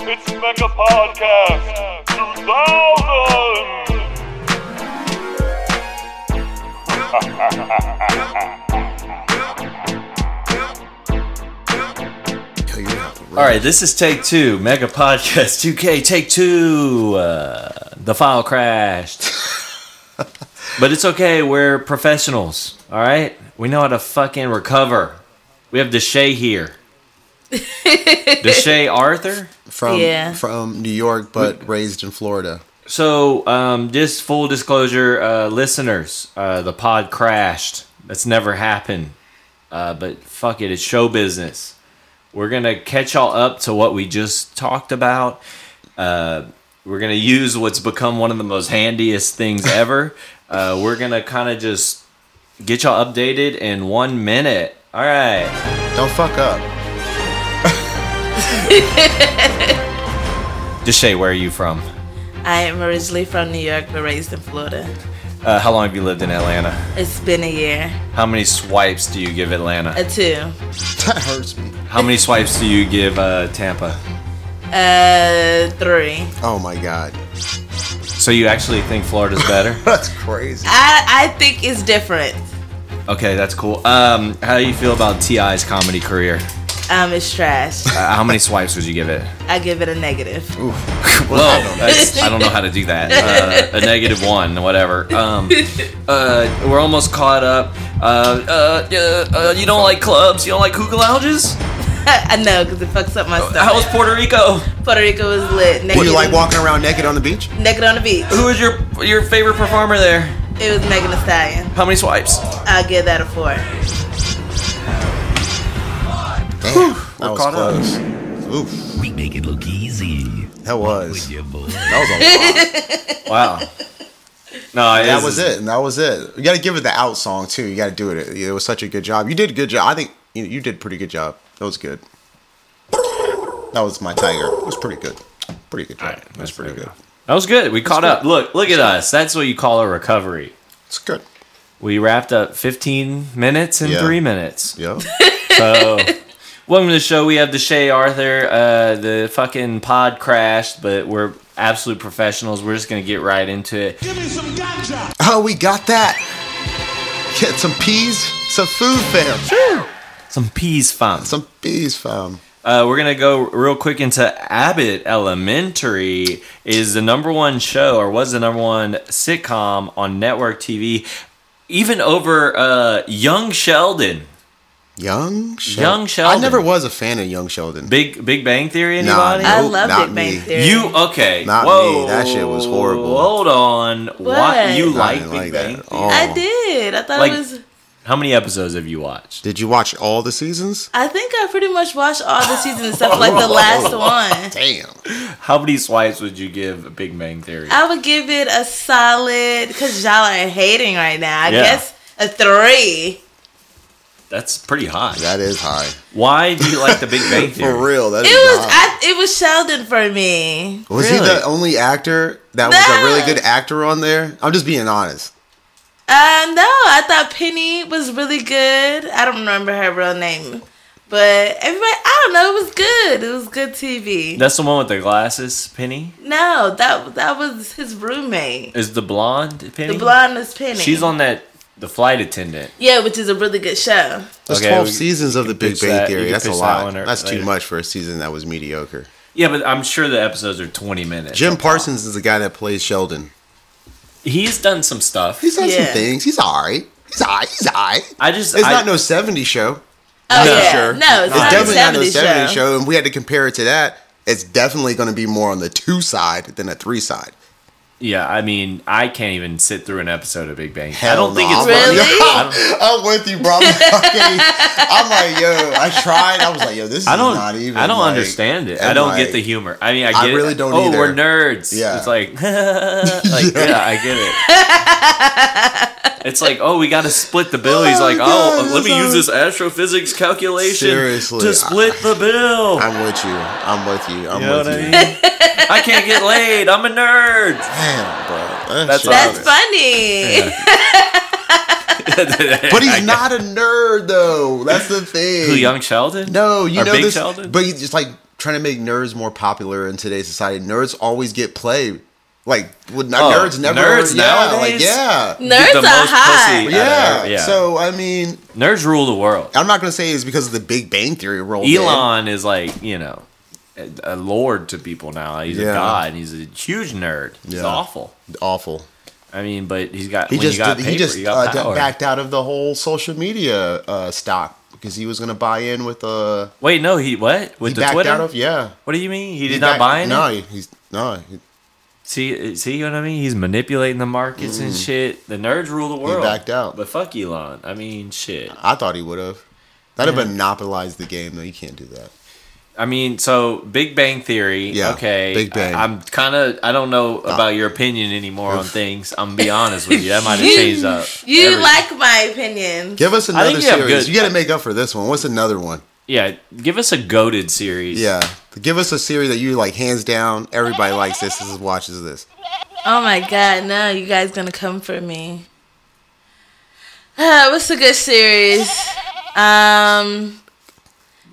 It's Mega Podcast 2000. All right, this is take two, Mega Podcast 2K, take two. Uh, the file crashed. but it's okay, we're professionals, all right? We know how to fucking recover. We have Deshay here. Deshay Arthur? from Yeah. from New York, but raised in Florida. So, um, just full disclosure, uh, listeners, uh, the pod crashed. That's never happened. Uh, but fuck it, it's show business. We're gonna catch y'all up to what we just talked about. Uh, we're gonna use what's become one of the most handiest things ever. uh, we're gonna kind of just get y'all updated in one minute. All right. Don't fuck up. Deshay, where are you from? I am originally from New York but raised in Florida. Uh, how long have you lived in Atlanta? It's been a year, How many swipes do you give Atlanta? a two, That hurts me. How many swipes do you give uh, Tampa? uh, three. Oh my god, So you actually think Florida's better? that's crazy. I I think it's different. okay, that's cool. Um, how do you feel about Ti's comedy career? Um, it's trash. Uh, how many swipes would you give it? I give it a negative. Whoa, that's- I don't know how to do that. Uh, a negative one, whatever. Um, uh, we're almost caught up. Uh, uh, uh, uh, you don't like clubs? You don't like hookah lounges? I know because it fucks up my stomach. How was Puerto Rico? Puerto Rico was lit. Naked, Uh, What, you like and- walking around naked on the beach? naked on the beach. Who was your your favorite performer there? It was Megan Thee Stallion. How many swipes? I'll give that a four. Damn, that was caught up. close. Oof, We make it look easy. that was Yeah, boy. that was a lot. Wow. No, that was it, and that was it. You got to give it the out song too. You got to do it. It was such a good job. You did a good job. I think you, you did a pretty good job. That was good. That was my tiger. It was pretty good. Pretty good job. that was pretty good. That was good. We caught up. Look, look at us. That's what you call a recovery. It's good. We wrapped up 15 minutes in Yeah. three minutes. Yeah. So, welcome to the show. We have Deshay Arthur. Uh, the fucking pod crashed, but we're absolute professionals. We're just going to get right into it. Oh, we got that. Get some peas, some food, fam. Some peas fun. Some peas, fam. Uh, we're going to go real quick into Abbott Elementary is the number one show or was the number one sitcom on network TV, even over uh, Young Sheldon. Young Sheldon. Young Sheldon. I never was a fan of Young Sheldon. Big Big Bang Theory, Nah, anybody? nope, I love not Big Bang me. Theory. You okay? Not Whoa, me. That shit was horrible. Hold on. What, you I like didn't Big Bang? that at Theory? all. I did. I thought Like- it was. How many episodes have you watched? Did you watch all the seasons? I think I pretty much watched all the seasons except for, like the last one. Damn. How many swipes would you give Big Bang Theory? I would give it a solid because y'all are hating right now. I Yeah. guess a three. That's pretty high. That is high. Why do you like the Big Bang Theory? For real, that It is was high. I, it was Sheldon for me. was he Really? the only actor that was a No. really good actor on there? I'm just being honest. Uh, no, I thought Penny was really good. I don't remember her real name, but everybody, I don't know, it was good. It was good TV. That's the one with the glasses, Penny. No, that that was his roommate. Is the blonde Penny? The blonde is Penny. She's on that the flight attendant. yeah, which is a really good show. There's Okay, 12 we- seasons of you The can Big pitch Bang that- you Theory. can That's a pitch that lot. one or- That's later. too much for a season that was mediocre. Yeah, but I'm sure the episodes are 20 minutes. Jim Parsons is the guy that plays Sheldon. He's done some stuff. He's done some Yeah. things. He's all right. He's all right. He's all right. I just It's I, not no 70 show. Oh No. yeah, Sure. no, it's, It's not definitely a not no 70s 70 show. show. And we had to compare it to that. It's definitely going to be more on the two side than the three side. Yeah, I mean, I can't even sit through an episode of Big Bang. I Hell don't think no, it's I'm- Really? I don't- I'm with you, bro. I'm, fucking- I'm like, yo, I tried. I was like, yo, this is I don't. not even. I don't like- understand it. and I don't like, get the humor. I mean, I get. I it. really don't Oh, either. we're nerds. Yeah. It's like, like yeah. I get it. it's like, oh, we got to split the bill. He's Oh, like, God, oh, let me that's use so- this astrophysics calculation Seriously, I- to split the bill. I'm with you. I'm with you. I'm you know with what I you. mean? I can't get laid. I'm a nerd. Damn, bro. That That's shit- That's funny. But he's not a nerd though. That's the thing. Who, young Sheldon? No, you Or know Big this. Sheldon? But you just like trying to make nerds more popular in today's society. Nerds always get played. Like, would not, Oh, nerds never. nerds yeah, nowadays? like, yeah. Nerds the are most hot. pussy. Yeah. Yeah. So I mean, Nerds rule the world. I'm not gonna say it's because of the Big Bang Theory role. Elon is like, you know, a, a lord to people now. He's Yeah. a god. He's a huge nerd. He's Yeah. awful. awful. I mean, but he's got. He when just you got did- paper, he just you uh, got d- power. backed out of the whole social media uh, stock because he was gonna buy in with uh, Wait, no, he what with he the backed Twitter? out of yeah. what do you mean? He did He's not back- buy any? No, he- he's no. He, See, uh, see what I mean? He's manipulating the markets and shit. The nerds rule the world. Mm. backed out. But fuck Elon. I mean, shit. I thought he would have. That'd have monopolized the game though. You can't do that. I mean, so Big Bang Theory. Yeah, Okay. Big Bang. Uh, I, am kind of. I don't know about your opinion anymore on things. I'm gonna be honest with you. That might have changed up. You everything. like my opinion. Give us think another you have series. good- You got to make up for this one. What's another one? Yeah. Give us a goaded series. Yeah, give us a series that you like hands down. Everybody likes this. This is watches this. Oh my god, no, you guys gonna come for me. Uh, what's a good series? Um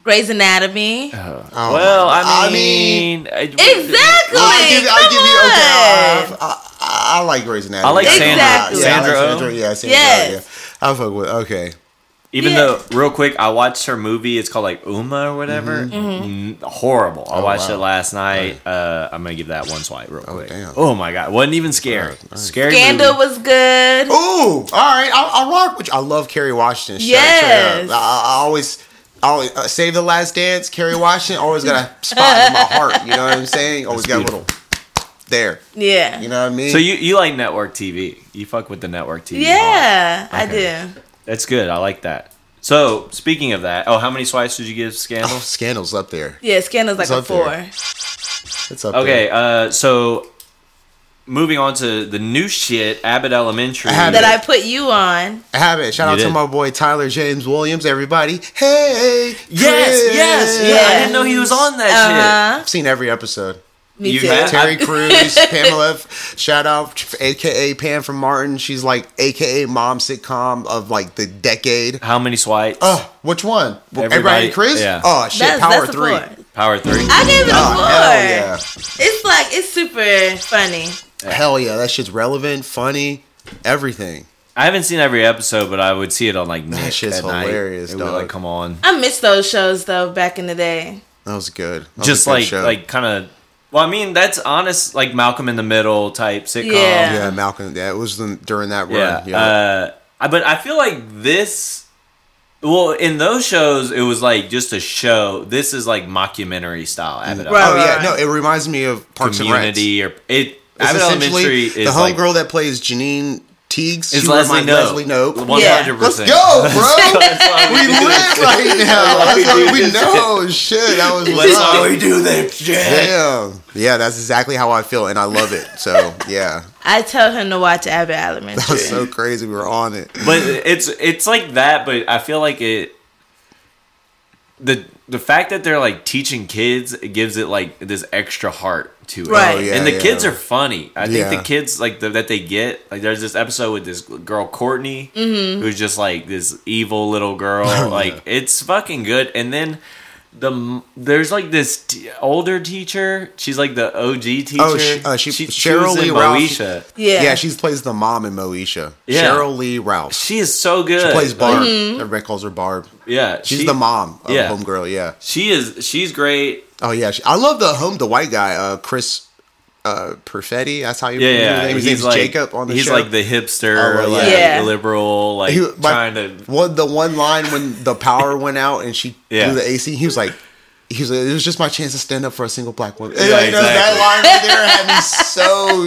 Grey's Anatomy. Oh Well, my- I mean, I mean Exactly. I give, I give you come okay. I, I, I like Grey's Anatomy. I like Sandra. Exactly. Yeah, I Sandra Oh? like Sandra. Yeah, Sandra. Yes. Yeah, I fuck with. Okay, Even Yeah. though, real quick, I watched her movie. It's called like Uma or whatever. Mm, horrible. I watched Oh, wow. it last night. Uh, I'm gonna give that one swipe real quick. damn. Oh my god, wasn't even scary. Scary. on. Scandal movie. was good. Ooh, all right. I'll, I'll rock with you. I love Kerry Washington. Straight, Yes. straight up. I, I always, I always uh, save the last dance. Kerry Washington always got a spot in my heart. You know what I'm saying? Always got a little there. Yeah. You know what I mean? So you you like network TV? You fuck with the network TV? hard. yeah, I Okay. do. that's good. I like that. So speaking of that, oh, how many swipes did you give Scandal? Oh, Scandal's up there. Yeah, Scandal's like It's a up four. there. It's up Okay, there. uh, so moving on to the new shit, Abbott Elementary. Abbott. That I put you on. Habit. Shout You out to did. my boy Tyler James Williams. Everybody, hey, Yes, Chris. yes, yeah. I didn't know he was on that Uh huh. I've seen every episode. Me You too. had- Terry I- Crews, Pamela, F- shout out, aka Pam from Martin. She's like aka mom sitcom of like the decade. shit. How many swipes? Oh, which one? Everybody, Everybody- Chris? yeah. Oh shit, that's, Power that's Three. a four. Power three. I gave it a Oh, four. hell yeah. It's like it's super funny. Hell yeah, that shit's relevant, funny, everything. I haven't seen every episode, but I would see it on like Nick shit's at night. hilarious, It would, dog. like come on, I miss those shows though back in the day. That was good. That was a just good like show. like kind of. Well, I mean that's honest, like Malcolm in the Middle type sitcom. Yeah. yeah, Malcolm. That was the, during that run. yeah. Yeah, Uh, I- but I feel like this. Well, in those shows, it was like just a show. This is like mockumentary style. Abbott Right. oh yeah, no, it reminds me of Parks and Rec. Community or it. It's Abbott Elementary essentially is the like homegirl that plays Janine Teagues. is she Leslie reminds- Nope. Leslie Nope. One hundred Let's percent. go, bro. we That's live right now. That's how we know. Oh, Shit, that was what's how up. we do this shit. Damn. Yeah, that's exactly how I feel, and I love it. So yeah, I tell him to watch Abbott that was Elementary. so crazy. We were on it. but it's it's like that but i feel like it the the fact that they're like teaching kids it gives it like this extra heart to it Right. Oh, yeah, and the yeah. kids are funny i think Yeah. the kids like the, that they get like there's this episode with this girl courtney who's just like this evil little girl Oh, like it's fucking good and then the m- there's like this t- older teacher. She's like the OG teacher. Oh, she- uh, she- Cheryl was Lee in Ralph. Moesha. yeah. Yeah, she plays the mom in Moesha. Yeah. Cheryl Lee Ralph. She She is so good. plays Barb. Everybody calls her Barb. Yeah, She's she- the mom of yeah. Homegirl. Yeah. She is. She's great. Oh yeah, she, I love the home the white guy, uh, Chris uh, Perfetti. That's how you Yeah, remember yeah. his name. His he's name's like Jacob on the he's show. like the hipster, Oh, well, like yeah. Yeah. liberal, like he, my, trying to. one the one line when the power went out and she Yeah. blew the AC. He was like, he was like, it was just my chance to stand up for a single black woman. Yeah, Like, no, exactly. That line right there had me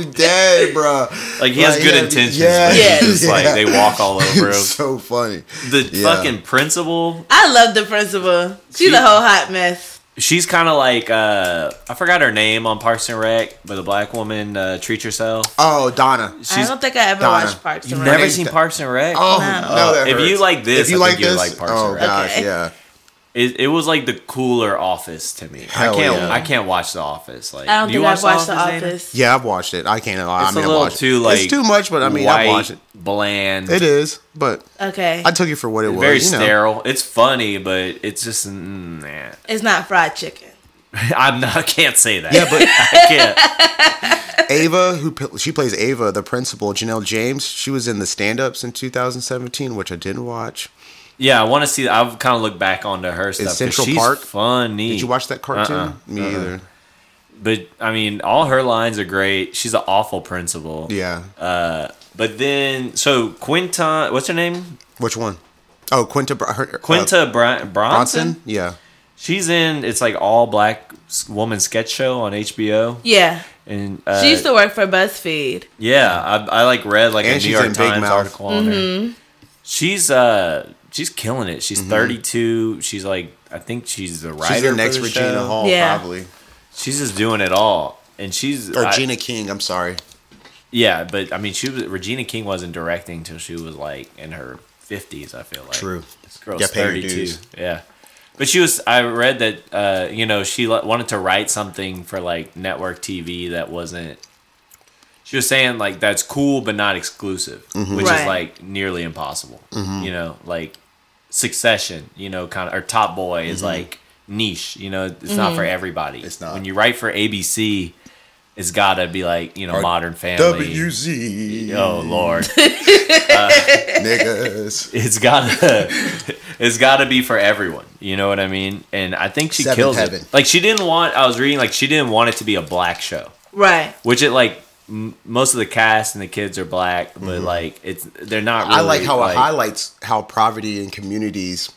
so dead, bro. Like he has Like, good yeah, intentions, yeah, but yeah. he's just like yeah. they walk all over him. It's so funny. the yeah. fucking principal, I love the principal. She's She- a whole hot mess. she's kind of like uh I forgot her name on Parks and Rec, but the black woman uh, treat yourself. Oh, Donna. I She's- don't think I ever Donna. watched Parks and You've Rec. never name's seen Da- Parks and Rec? Oh, Wow. no, that If hurts. you like this, if you I like think you'd this, like Parks and oh Rec. gosh, Okay. yeah. It, it was like the cooler Office to me. Hell I can't yeah. I can't watch The Office. Like I don't do you think I've watch watched The Dana? Office. Yeah, I've watched it. I can't. I It's mean, a I little watched too it. like it's too much, but I mean, I white, watched it. bland. It is, but Okay. I took it for what it was. very you know. sterile. It's funny, but it's just mm, nah. it's not fried chicken. I'm not. I can't say that. Yeah, but I can't. Ava, who p- she plays Ava, the principal, Janelle James, she was in the stand-ups in 2017, which I didn't watch. Yeah, I want to see. I've kind of looked back onto her stuff. 'cause Central she's Park? Funny. Did you watch that cartoon? Uh-uh. Me either. But I mean, all her lines are great. She's an awful principal. Yeah. Uh, But then, so Quinta, what's her name? Which one? Oh, Quinta. Br- her- uh, Quinta Bri- Bronson? Bronson. Yeah. She's in. It's like all black s- woman sketch show on HBO. Yeah. And uh, She used to work for BuzzFeed. Yeah, I, I like read like And a New she's in York Big Times Mouth. article on her. She's uh she's killing it. She's 32. She's like I think she's the writer. Mm-hmm. She's the next for the Regina show. Hall, Yeah. probably. She's just doing it all, and she's Or I- Gina King. I'm sorry. Yeah, but I mean, she was Regina King wasn't directing till she was like in her 50s. I feel like True. This girl's Yeah, pay your 32. dues. Yeah. But she was. I read that uh, you know she li- wanted to write something for like network TV that wasn't. She was saying like that's cool but not exclusive, Mm-hmm. which is Right. like nearly impossible. You know, like Succession, you know, kind of or Top Boy is like niche. You know, it's not for everybody. Mm-hmm. It's not. When you write for ABC, it's gotta be like you know Or Modern Family. WZ Oh lord, niggas. it's gotta it's gotta be for everyone. You know what I mean? And I think she Seventh kills heaven. it. Like she didn't want. I was reading like she didn't want it to be a black show, Right. which it like m- most of the cast and the kids are black, but like it's they're not. Really, Mm-hmm. I like how it highlights how poverty and communities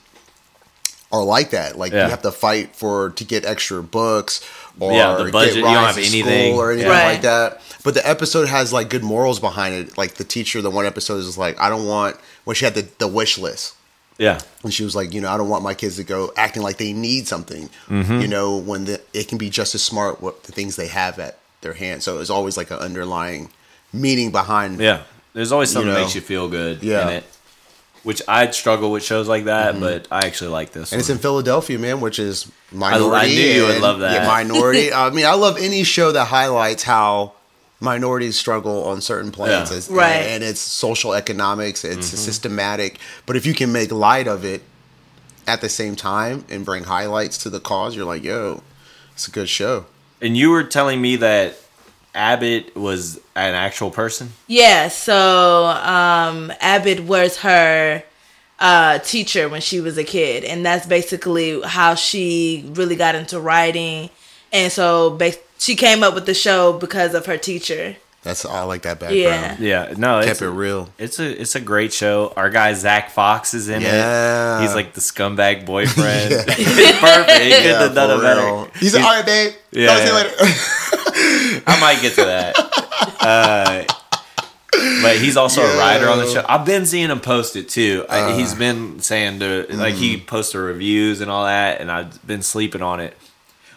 are like that. Like Yeah. you have to fight for to get extra books or Yeah, the budget, you get don't rides have to school anything. or anything Yeah. like Right. that. But the episode has like good morals behind it. Like the teacher, the one episode is like, I don't want when she had the, the wish list. Yeah, And she was like, you know, I don't want my kids to go acting like they need something, Mm-hmm. you know, when the, it can be just as smart what the things they have at their hand. So it's always like an underlying meaning behind. yeah. There's always something that know. makes you feel good. Yeah. Mm-hmm. in it. Which I'd struggle with shows like that, but I actually like this. And it's one. in Philadelphia, man, which is minority. knew you would and- love that. Yeah, minority. I mean, I love any show that highlights how minorities struggle on certain planes. Yeah. Mm-hmm. It's- Right. And it's social economics, it's systematic. But if you can make light of it at the same time and bring highlights to the cause, you're like, yo, it's a good show. and you were telling me that Abbott was an actual person. Yeah, so um Abbott was her uh teacher when she was a kid and that's basically how she really got into writing and so ba- she came up with the show because of her teacher. That's I like that background. Yeah. Yeah, no, Kept it's, it real. It's a it's a great show. Our guy Zach Fox is in Yeah. it. He's like the scumbag boyfriend. It's Perfect. He could have done it for better. real. He's like, all right, babe. Yeah, Talk to you yeah. later." I might get to that. Uh, but he's also a writer on the Yo. show. I've been seeing him post it too. I Uh. he's been saying to like he Mm-hmm. posts the reviews and all that, and I've been sleeping on it.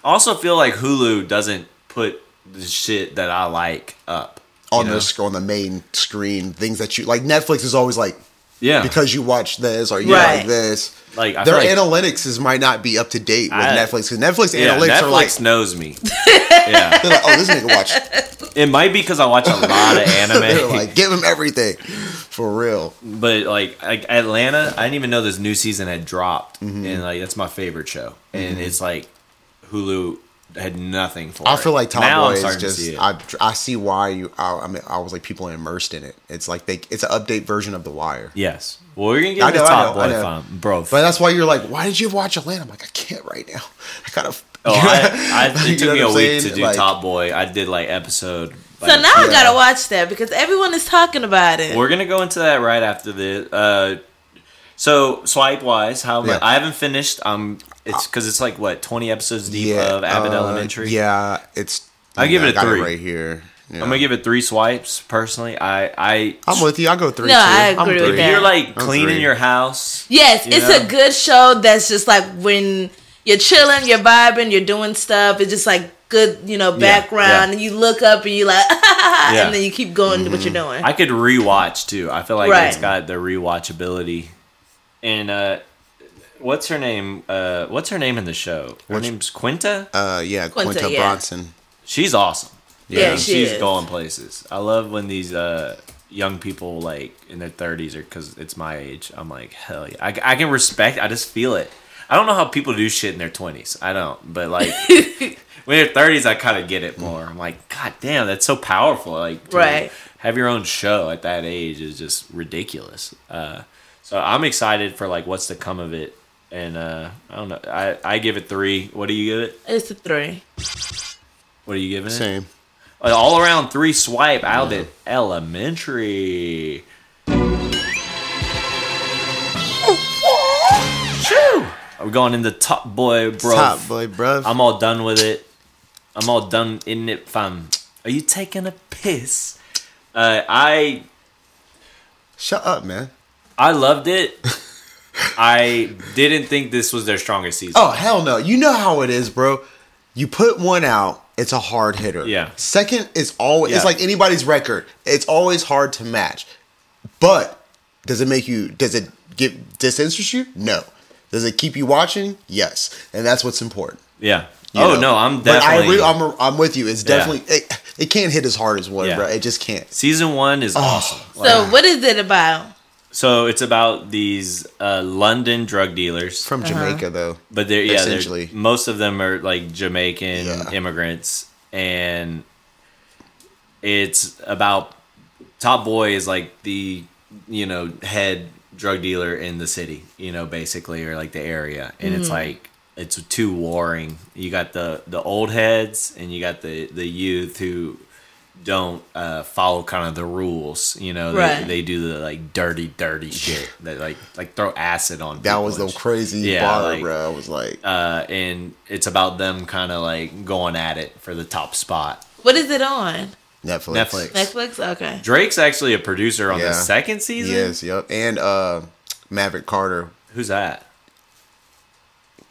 I also feel like Hulu doesn't put the shit that I like up on you know? the sc- on the main screen, things that you like. Netflix is always like, Yeah, because you watch this or you Right. like this. like I Their feel like analytics is might not be up to date with I- Netflix because Netflix yeah, analytics Netflix are like, knows me. yeah. they're like, oh, this nigga watched. It might be because I watch a lot of they're anime, like, give him everything for real. but like, like Atlanta, I didn't even know this new season had dropped, Mm-hmm. and like that's my favorite show. And it's like Hulu had nothing for I it. feel like Top Now I'm Boy is starting to just. see it. I I see why you. I, I mean, I was like people immersed in it. It's like they. It's an update version of The Wire. yes. Well, we're gonna I get into know, I Top know, I Boy, know. fam, bro. But that's why you're like, why did you watch Atlanta? I'm like, I can't right now. I gotta. oh, I, I, You it took know me a what I'm week to saying? do Like, Top Boy. I did like episode. So like, now I got to watch that because everyone is talking about it. We're gonna go into that right after this. Uh, so swipe wise, how Yeah. I haven't finished. Um, it's because it's like what twenty episodes deep of Abbott uh, Elementary. Yeah, it's. I give yeah, it a got three. right here. I'm gonna give it three swipes personally. I I I'm with you. I'll go three. No, too. I I'm agree with three. that. you're like I'm cleaning three. your house. yes, you it's know? a good show that's just like when you're chilling, you're vibing, you're doing stuff, it's just like good, you know, Yeah, background yeah. and you look up and you like Yeah. Mm-hmm. and then you keep going to what you're doing. I could rewatch too. I feel like Right. it's got the rewatchability. And uh, what's her name? Uh, what's her name in the show? Her Which- name's Quinta. Uh, yeah, Quinta, Quinta, yeah. Bronson. She's awesome. Yeah, and she she's is. going places. I love when these uh, young people like in their thirties or because it's my age. I'm like hell yeah. I, I can respect. I just feel it. I don't know how people do shit in their twenties. I don't, but like when you're thirties, I kind of get it more. I'm like, God damn, that's so powerful. Like, to Right. Have your own show at that age is just ridiculous. Uh, so I'm excited for like what's to come of it, and uh, I don't know. I I give it three. What do you give it? It's a three. What are you giving it? Same. An Uh, all around three swipe out at elementary. Shoo! We're going into top boy, bro. Top boy, bruv. I'm all done with it. I'm all done in it, fam. Are you taking a piss? Uh, I Shut up, man. I loved it. I didn't think this was their strongest season. Oh hell no! You know how it is, bro. You put one out, it's a hard hitter. Yeah. Second is always Yeah. it's like anybody's record. It's always hard to match. But does it make you? Does it get disinterest you? No. Does it keep you watching? Yes. And that's what's important. Yeah. you oh know? no, I'm But definitely. I am I'm with you. It's Yeah. definitely it, it. can't hit as hard as one, Yeah. bro. It just can't. season one Oh. is awesome. So what is it about? So it's about these uh, London drug dealers, From Uh-huh. Jamaica though. but they're yeah, they're- essentially. most of them are like Jamaican Yeah. immigrants, and it's about Top Boy is like the you know head drug dealer in the city, you know, basically or like the area, and it's like it's two warring. You got the the old heads, and you got the the youth who don't uh, follow kind of the rules. You know, they, Right. they do the like dirty, dirty shit that like like throw acid on. That people was and the shit. crazy Yeah, bar, like- bro. I was like, Uh, and it's about them kind of like going at it for the top spot. What is it on? Netflix. Netflix. Netflix? Okay. Drake's actually a producer on the Yeah. second season. Yes, yep. And uh Maverick Carter, Who's that?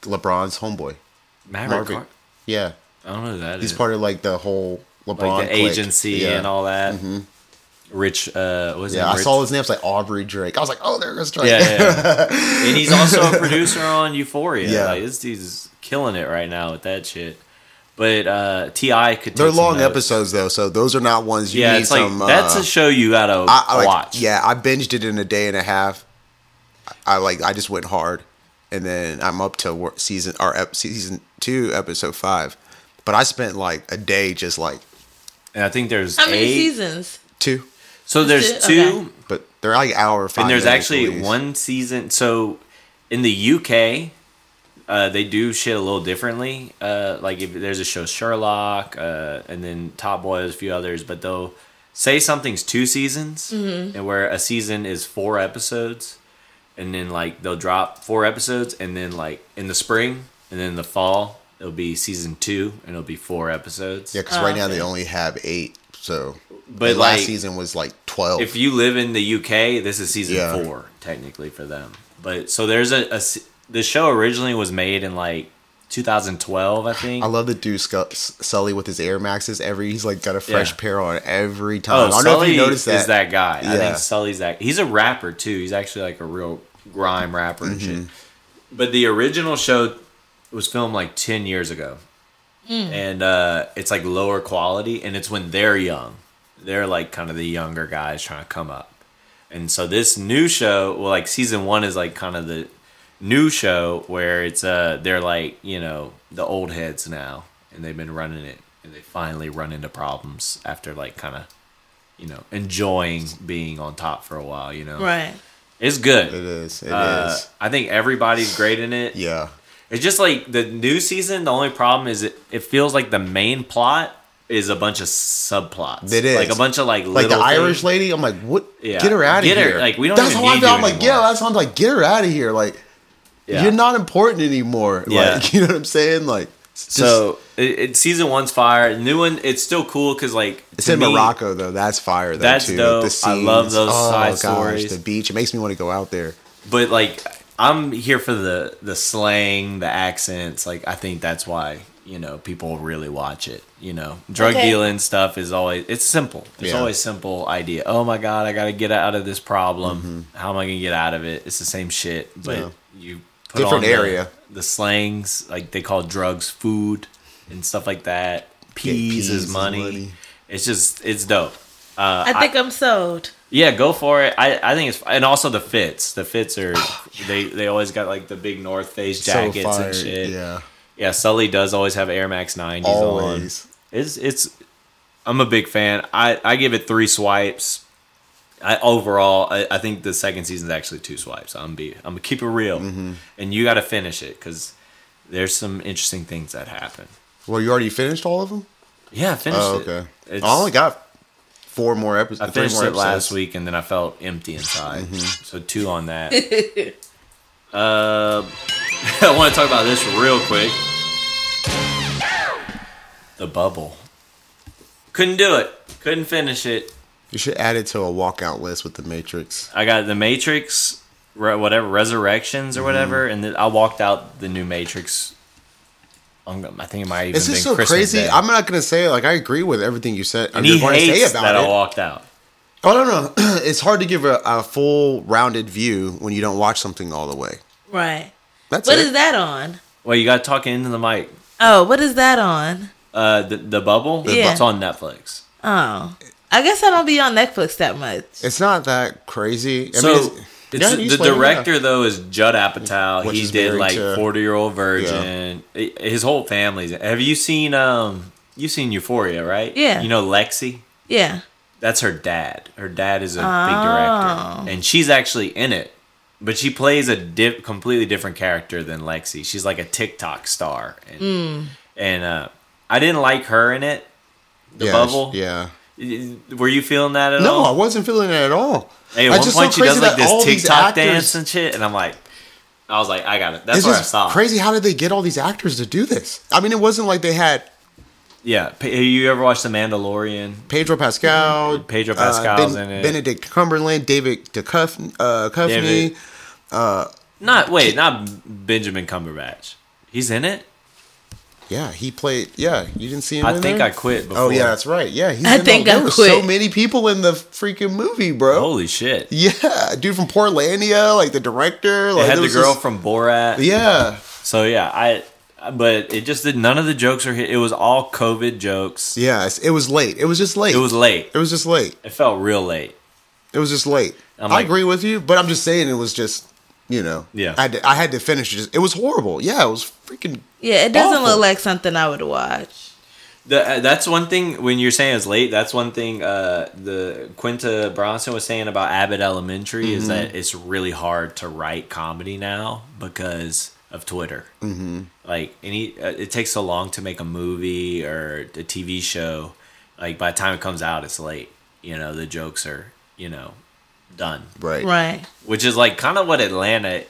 LeBron's homeboy. Maverick. Marvin. Car- Yeah. I don't know who that He's is. part of like the whole LeBron like the clique. agency yeah. Mm-hmm. and all that. Rich. Uh, what was Yeah, I it? Rich- saw his name. It's like Aubrey Drake. I was like, oh, there goes Drake. Yeah, yeah. and he's also a producer on Euphoria. Yeah. Like, this dude's killing it right now with that shit. But uh, Ti could. They're take some long notes. episodes though, so those are not ones you Yeah, need it's like some. that's uh, a show you gotta I- I like- watch. Yeah, I binged it in a day and a half. I, I like. I just went hard, and then I'm up to wor- season or ep- season two, episode five. But I spent like a day just like and I think there's How many eight. seasons? two, So it? there's Okay. two, but they're like hour five. and there's minutes at actually least. one season. So in the UK, uh, they do shit a little differently. Uh, like if there's a show Sherlock, uh, and then Top Boy, there's a few others, but they'll say something's two seasons, and where a season is four episodes, and then like they'll drop four episodes, and then like in the spring, and then in the fall, it'll be season two, and it'll be four episodes. Yeah, because right now they only have eight. So, But, but last like, season was like twelve. if you live in the UK, this is season Yeah. four technically for them. But so there's a, a s- the show originally was made in like 2012, I think. I love the dude Scu- Sully with his Air Maxes. Every he's like got a fresh Yeah. pair on every oh, time. I don't know if Sully you noticed that. is that guy. I Yeah. think Sully's that. He's a rapper too. He's actually like a real grime rapper and Mm-hmm. shit. But the original show was filmed like 10 years ago, and uh, it's like lower quality, and it's when they're young. They're like kind of the younger guys trying to come up. And so this new show, well, like season one is like kind of the new show where it's uh they're like you know the old heads now, and they've been running it, and they finally run into problems after like kind of you know enjoying being on top for a while. You know, Right. It's good. It is. It is. Uh, I think everybody's great in it. Yeah. It's just like the new season. The only problem is it, it feels like the main plot is a bunch of subplots. It is. like a bunch of like Like the little Irish things. lady, I'm like, what? Yeah. Get her out of Get her- here. like, we don't That's even how I need feel. you I'm like, anymore. yeah. That's how I'm like, get her out of here. Like, Yeah. you're not important anymore. Yeah. Like, you know what I'm saying? Like, it's just- so it, it season one's fire. New one, it's still cool because like It's to in me- Morocco though. That's fire. Though, That's too. dope. The I love scenes. Oh, those side stories. The beach. It makes me want to go out there. but like I'm here for the the slang, the accents. Like I think that's why you know people really watch it. You know, drug Okay. dealing stuff is always it's simple. It's Yeah. always simple idea. Oh my god, I gotta get out of this problem. How am I gonna get out of it? It's the same shit, but Mm-hmm. Yeah. you put Different on the- area. The, slangs like they call drugs food and stuff like that. Peas, peas is is money. money. It's just it's dope. Uh, I think I, am sold. Yeah, go for it. I, I think it's and also the fits. The fits are they they always got like the big North Face jackets Oh, so fire. and shit. Yeah, Yeah, Sully does always have Air Max 90s on. always. It's it's I'm a big fan. I I give it 3 swipes. I overall I, I think the second season's actually 2 swipes. I'm be I'm gonna keep it real. Mm-hmm. And you got to finish it cuz there's some interesting things that happen. Well, you already finished all of them. Yeah, I finished Oh, it. okay. It's- I only got four more I episodes. Three Mm-hmm. finished more it episodes. last week, and then I felt empty inside. So two on that. uh, I want to talk about this real quick. The bubble. Couldn't do it. Couldn't finish it. You should add it to a walkout list with the Matrix. I got the Matrix, re- whatever Resurrections Mm-hmm. or whatever, and then I walked out the new Matrix. I'm, go- I think it might even It's been just so Christmas crazy. Day. I'm not gonna say like I agree with everything you said. I'm and he just gonna say hates about that it. I walked out. Oh no no, it's hard to give a, a full rounded view when you don't watch something all the way. Right. That's What it. is that on? Well, you got to talk into the mic. Oh, what is that on? Uh, the, the bubble. Yeah. It's on Netflix. Oh, I guess I don't be on Netflix that much. It's not that crazy. I so mean, it's- it's, Yeah, you the explain it, yeah. director though is Judd Apatow. Which he is did married like to- Forty Year Old Virgin. I- His whole family's. Have you seen um? You've seen Euphoria, right? Yeah. You know Lexi. Yeah. That's her dad. Her dad is a big director, and she's actually in it. But she plays a di- completely different character than Lexi. She's like a TikTok star, and, and uh, I didn't like her in it. The yeah, bubble. Yeah. Were you feeling that at No, all? I wasn't feeling it at all. Hey, at It's one just so point she does crazy like that all this these TikTok actors- dance and shit, and I'm like, I was like, I got it. That's It's what I just saw. crazy. How did they get all these actors to do this? I mean, it wasn't like they had Yeah, P- you ever watched The Mandalorian? Pedro Pascal, Pedro uh, Pascal's in it. Benedict Cumberland, David DeCuff, uh, Cuffney. David- Not wait, not Benjamin Cumberbatch. He's in it. Yeah, he played. Yeah, you didn't see him. I in think there? I quit. Before. Oh yeah, that's right. Yeah, he's I in all- think I there were So quit. many people in the freaking movie, bro. Holy shit! It Yeah, dude from Portlandia, like the director. Like had there the was girl this- from Borat. yeah, So yeah, I. But it just did. None of the jokes were hit. It was all COVID jokes. yeah. it's- It was late. It was just late. It was late. It was just late. It felt real late. It was just late. I'm I like- agree with you, but I'm just saying it was just, you know, Yeah. I had to, I had to finish it. Just- It was horrible. Yeah, it was freaking. Yeah, it doesn't Awful. look like something I would watch. The, uh, that's one thing when you're saying it's late. That's one thing uh, the Quinta Bronson was saying about Abbott Elementary Mm-hmm. is that it's really hard to write comedy now because of Twitter. Mm-hmm. Like any, uh, it takes so long to make a movie or a TV show. Like by the time it comes out, it's late. You know the jokes are you know done, Right. Right. which is like kind of what Atlanta.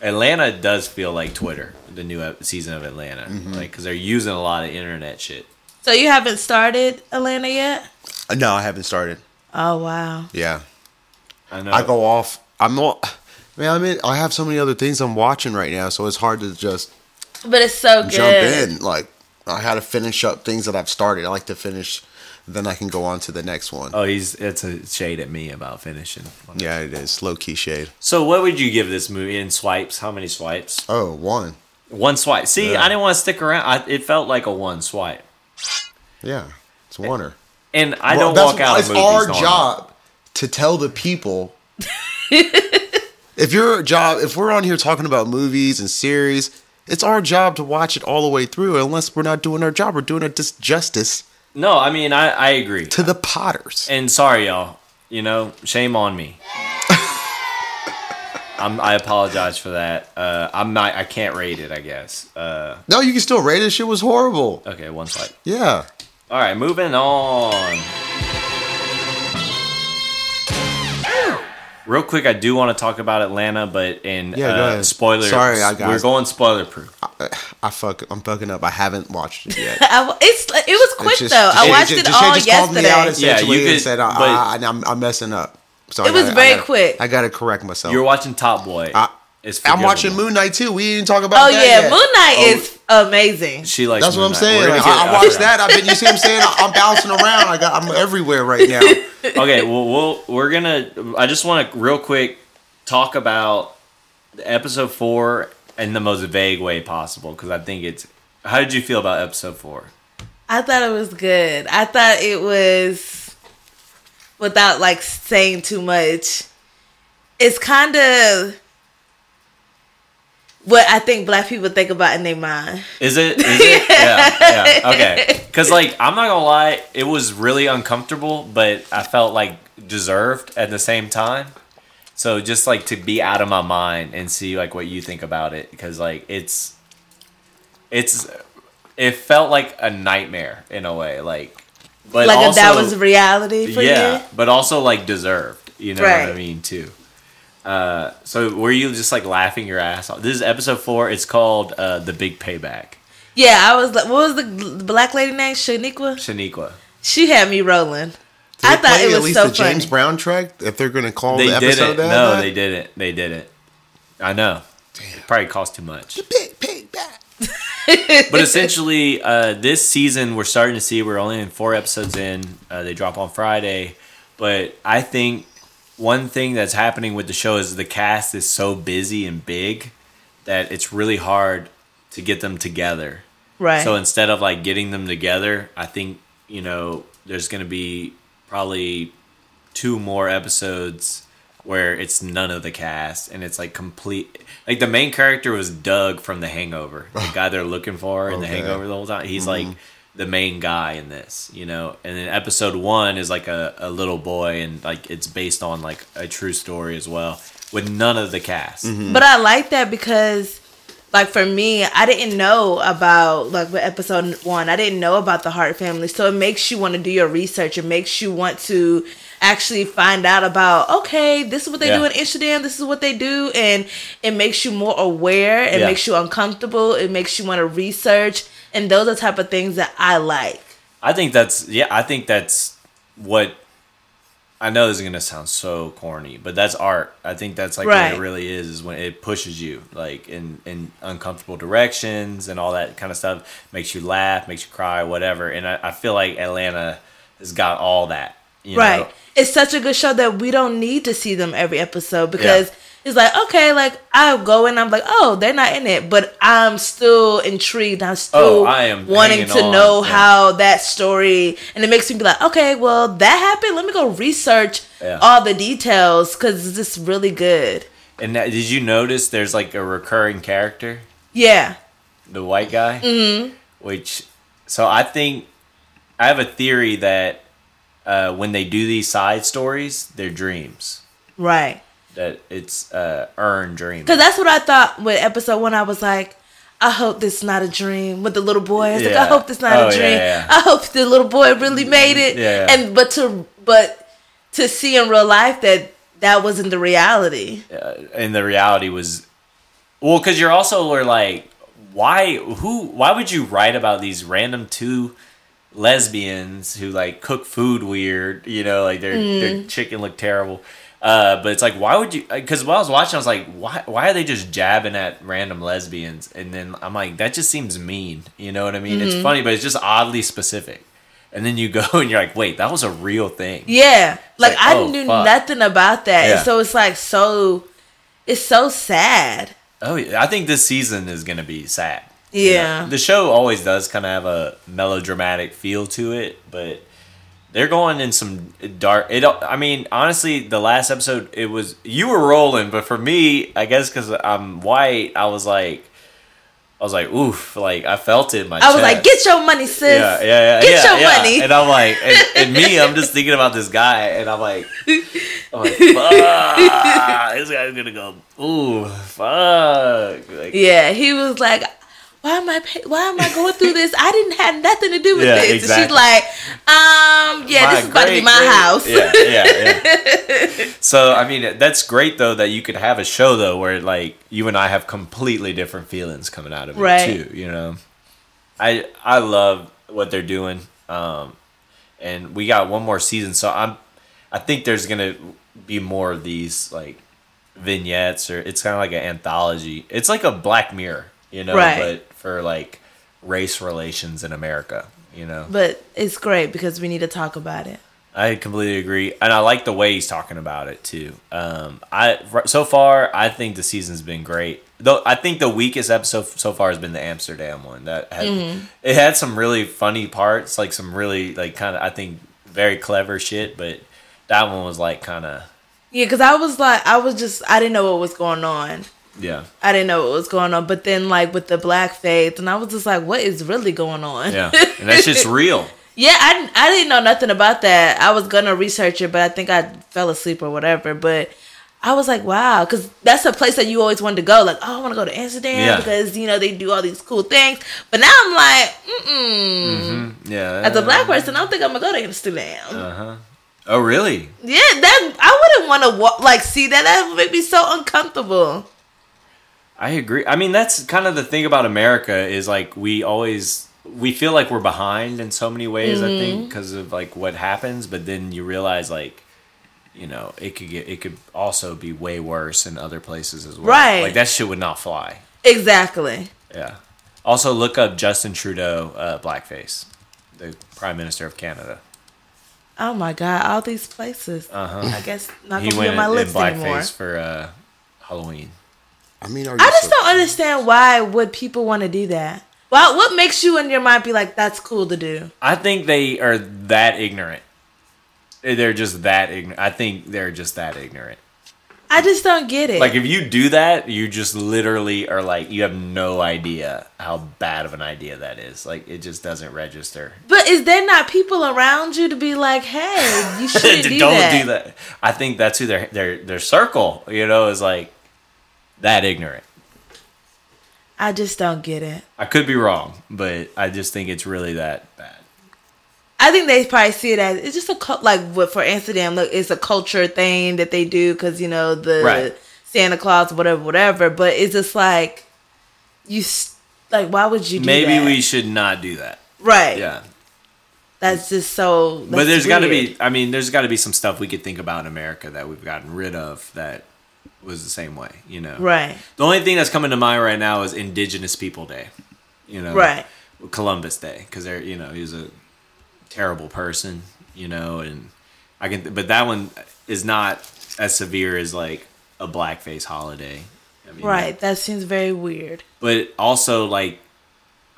Atlanta does feel like Twitter, the new ep- season of Atlanta, Like Mm-hmm. because they're using a lot of internet shit. So you haven't started Atlanta yet? Uh, No, I haven't started. Oh wow. Yeah, I know. I go off. I'm not. Man, I mean, I have so many other things I'm watching right now, so it's hard to just But it's so good. jump in. Like, I had to finish up things that I've started. I like to finish, then I can go on to the next one. Oh, he's it's a shade at me about finishing. Yeah, it is low key shade. So, what would you give this movie in swipes? How many swipes? Oh, one. One swipe. See, Yeah. I didn't want to stick around. I, it felt like a one swipe, Yeah, it's a oneer. and I Well, don't walk that's- out. It's of movies our knowing that. job to tell the people. if your job, if we're on here talking about movies and series, it's our job to watch it all the way through. Unless we're not doing our job, we're doing a disjustice No, I mean I I agree. to the Potters. And sorry, y'all. You know, shame on me. I'm, I apologize for that. Uh, I'm not. I can't rate it. I guess. Uh, No, you can still rate it. Shit was horrible. okay, one swipe. Yeah, All right, moving on. Real quick, I do want to talk about Atlanta, but in Yeah, uh, go ahead. spoiler, Sorry, I got- we're going spoiler proof. I fuck. I'm fucking up. I haven't watched it yet. I w it's it was quick just- though. I she- watched she- it she all called me out yesterday. Yeah, essentially you and could- said, "Ah, but- ah, and I'm, I'm messing up. So I It was gotta- I very gotta- quick. I gotta correct myself. You're watching Top Boy. I- It's I'm forgivable. watching Moon Knight too. We didn't talk about Oh that yeah, yet. Moon Knight is amazing. She likes. That's what Moon I'm Knight. saying. We're Like, gonna I, get I after watched that. I've been. You see what I'm saying? I, am bouncing around. I got. I'm everywhere right now. okay, well, we'll we're gonna. I just want to real quick talk about episode four in the most vague way possible because I think it's. How did you feel about episode four? I thought it was good. I thought it was without like saying too much. It's kind of what I think black people think about in their mind. Is it? Is it? yeah, yeah. Okay. Because like I'm not gonna lie, it was really uncomfortable, but I felt like deserved at the same time. So just like to be out of my mind and see like what you think about it, because like it's, it's, it felt like a nightmare in a way, like, but like if also, that was reality for yeah, you. but also like deserved. You know what I Right. mean too. Uh, so were you just like laughing your ass off? This is episode four. It's called uh, the Big Payback. Yeah, I was like, what was the the black lady name? Shaniqua. Shaniqua. She had me rolling. Did I they thought play it at was least so the James funny. Brown track. If they're going to call They the didn't. episode that, No, they didn't. They didn't. I know. It probably cost too much. Pay, pay back. But essentially, uh, this season we're starting to see we're only in four episodes in. Uh, they drop on Friday, but I think one thing that's happening with the show is the cast is so busy and big that it's really hard to get them together. Right. So instead of like getting them together, I think, you know, there's going to be probably two more episodes where it's none of the cast and it's like complete. Like the main character was Doug from The Hangover, the guy they're looking for in The Okay. Hangover the whole time. He's like the main guy in this, you know? And then episode one is like a, a little boy and like it's based on like a true story as well with none of the cast. But I like that because, like, for me, I didn't know about, like, with episode one, I didn't know about the Hart family. So it makes you want to do your research. It makes you want to actually find out about, okay, this is what they do Yeah. in Amsterdam. This is what they do. And it makes you more aware. It Yeah. makes you uncomfortable. It makes you want to research. And those are type of things that I like. I think that's yeah. I think that's what I know this is gonna sound so corny, but that's art. I think that's like what Right. it really is is when it pushes you like in in uncomfortable directions and all that kind of stuff. Makes you laugh, makes you cry, whatever. And I, I feel like Atlanta has got all that. You right. Know? It's such a good show that we don't need to see them every episode because it's like, okay, like I'll go and I'm like, oh, they're not in it, but I'm still intrigued. I'm still Oh, I am wanting hanging to on, know yeah. how that story, and it makes me be like, okay, well, that happened. Let me go research Yeah. all the details because this is really good. And that, did you notice there's like a recurring character? Yeah. the white guy. Mm-hmm. Which, so I think I have a theory that uh, when they do these side stories, they're dreams. Right. That it's uh, earned dreams. Because that's what I thought with episode one. I was like, I hope this is not a dream with the little boy. I was like, Yeah. I hope this not Oh, a yeah, dream. yeah. I hope the little boy really made it. Yeah. And but to but to see in real life that that wasn't the reality. and the reality was, well, because you're also were like, why? Who? Why would you write about these random two? lesbians who like cook food weird you know like their their chicken looked terrible uh but it's like why would you because while i was watching i was like why why are they just jabbing at random lesbians and then i'm like that just seems mean you know what i mean it's funny but it's just oddly specific and then you go and you're like wait that was a real thing Yeah. Like, like, I oh, knew fuck. nothing about that. And Yeah. so it's like so it's so sad. oh yeah. i think this season is gonna be sad Yeah. The show always does kind of have a melodramatic feel to it, but they're going in some dark. It. I mean, honestly, the last episode, it was you were rolling, but for me, I guess because I'm white, I was like, I was like, oof, like I felt it in my. I was chest. like, get your money, Yeah, sis. yeah, yeah. Get yeah, your yeah. money. And I'm like, and, and me, I'm just thinking about this guy, and I'm like, I'm like, fuck, this guy's gonna go, ooh, fuck. Like, Yeah, he was like, "Why am I? Pay- why am I going through this? I didn't have nothing to do with Yeah, this." And exactly. she's like, "Um, yeah, My this is about to be great, my great- house." Yeah, yeah, yeah. so I mean, that's great though that you could have a show though where like you and I have completely different feelings coming out of Right. it too. You know, I I love what they're doing, um, and we got one more season, so I'm I think there's gonna be more of these like vignettes or it's kind of like an anthology. It's like a Black Mirror, you know, Right. but for like race relations in America. You know, But it's great because we need to talk about it. I completely agree, and I like the way he's talking about it too. Um, I r- so far I think the season's been great. Though I think the weakest episode f- so far has been the Amsterdam one. That had, it had some really funny parts, like some really like kind of I think very clever shit, but That one was like kind of Yeah, because I was like, I was just, I didn't know what was going on. yeah, I didn't know what was going on. But then, like, with the black faith, and I was just like, what is really going on? yeah, and that shit's real. Yeah, I, didn't- I didn't know nothing about that. I was gonna research it, but I think I fell asleep or whatever. But I was like, wow, because that's a place that you always wanted to go. Like, oh, I want to go to Amsterdam Yeah. because you know they do all these cool things. But now I'm like, mm mm. Yeah, As a Mm-hmm. black person, I don't think I'm gonna go to Amsterdam. Oh really? yeah, that I wouldn't want to walk like see that. That would make me so uncomfortable. I agree. I mean, that's kind of the thing about America is like we always we feel like we're behind in so many ways. I Mm-hmm. think because of like what happens, but then you realize like you know it could get it could also be way worse in other places as well. Right. Like that shit would not fly. Exactly. Yeah. Also, look up Justin Trudeau uh, blackface, the Prime Minister of Canada. Oh my god, all these places. I guess Uh-huh. not He gonna be went on in, my in list blackface anymore. for uh, Halloween. I mean, are you I just so- don't understand why would people want to do that. Well, what makes you in your mind be like that's cool to do? I think they are that ignorant. They're just that ignorant. I think they're just that ignorant. I just don't get it. Like if you do that, you just literally are like you have no idea how bad of an idea that is. Like it just doesn't register. but is there not people around you to be like, hey, you shouldn't Don't do that? do that. I think that's who their their their circle, you know, is like that ignorant. I just don't get it. I could be wrong, but I just think it's really that bad. I think they probably see it as it's just a cult. Like what for Amsterdam, look, it's a culture thing that they do because you know the Right. Santa Claus, whatever, whatever. But it's just like you, s- like why would you? do Maybe that? we should not do that. right. Yeah. That's just so. but there's got to weird. be I mean, there's got to be some stuff we could think about in America that we've gotten rid of that was the same way, you know. right. The only thing that's coming to mind right now is Indigenous People Day. You know, Right. Columbus Day because they're you know he was a terrible person, you know, and I can but that one is not as severe as like a blackface holiday. I mean, Right. That seems very weird. But also like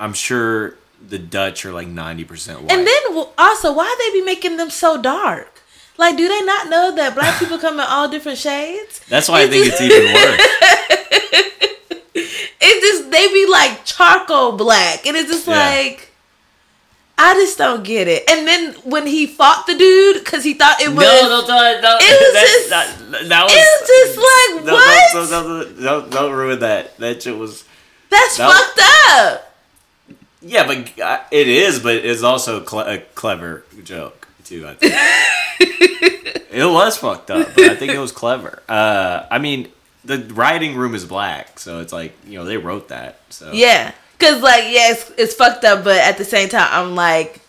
I'm sure the Dutch are like 90% white. And then w- also, why they be making them so dark? Like, do they not know that black people come in all different shades? that's why I think it's even worse. It's just they be like charcoal black, and it's just Yeah. like. I just don't get it. And then when he fought the dude, because he thought it was, no, no, no, no. was that's- just- that, that was, it's just like no, what? Don't, don't, don't, don't, don't ruin that. That shit was. That's that was- fucked up. Yeah, but uh, it is, but it's also cle- a clever joke too. I think. it was fucked up, but I think it was clever. Uh, I mean, the writing room is black, so it's like you know they wrote that. So Yeah, because like yeah, it's, it's fucked up, but at the same time, I'm like,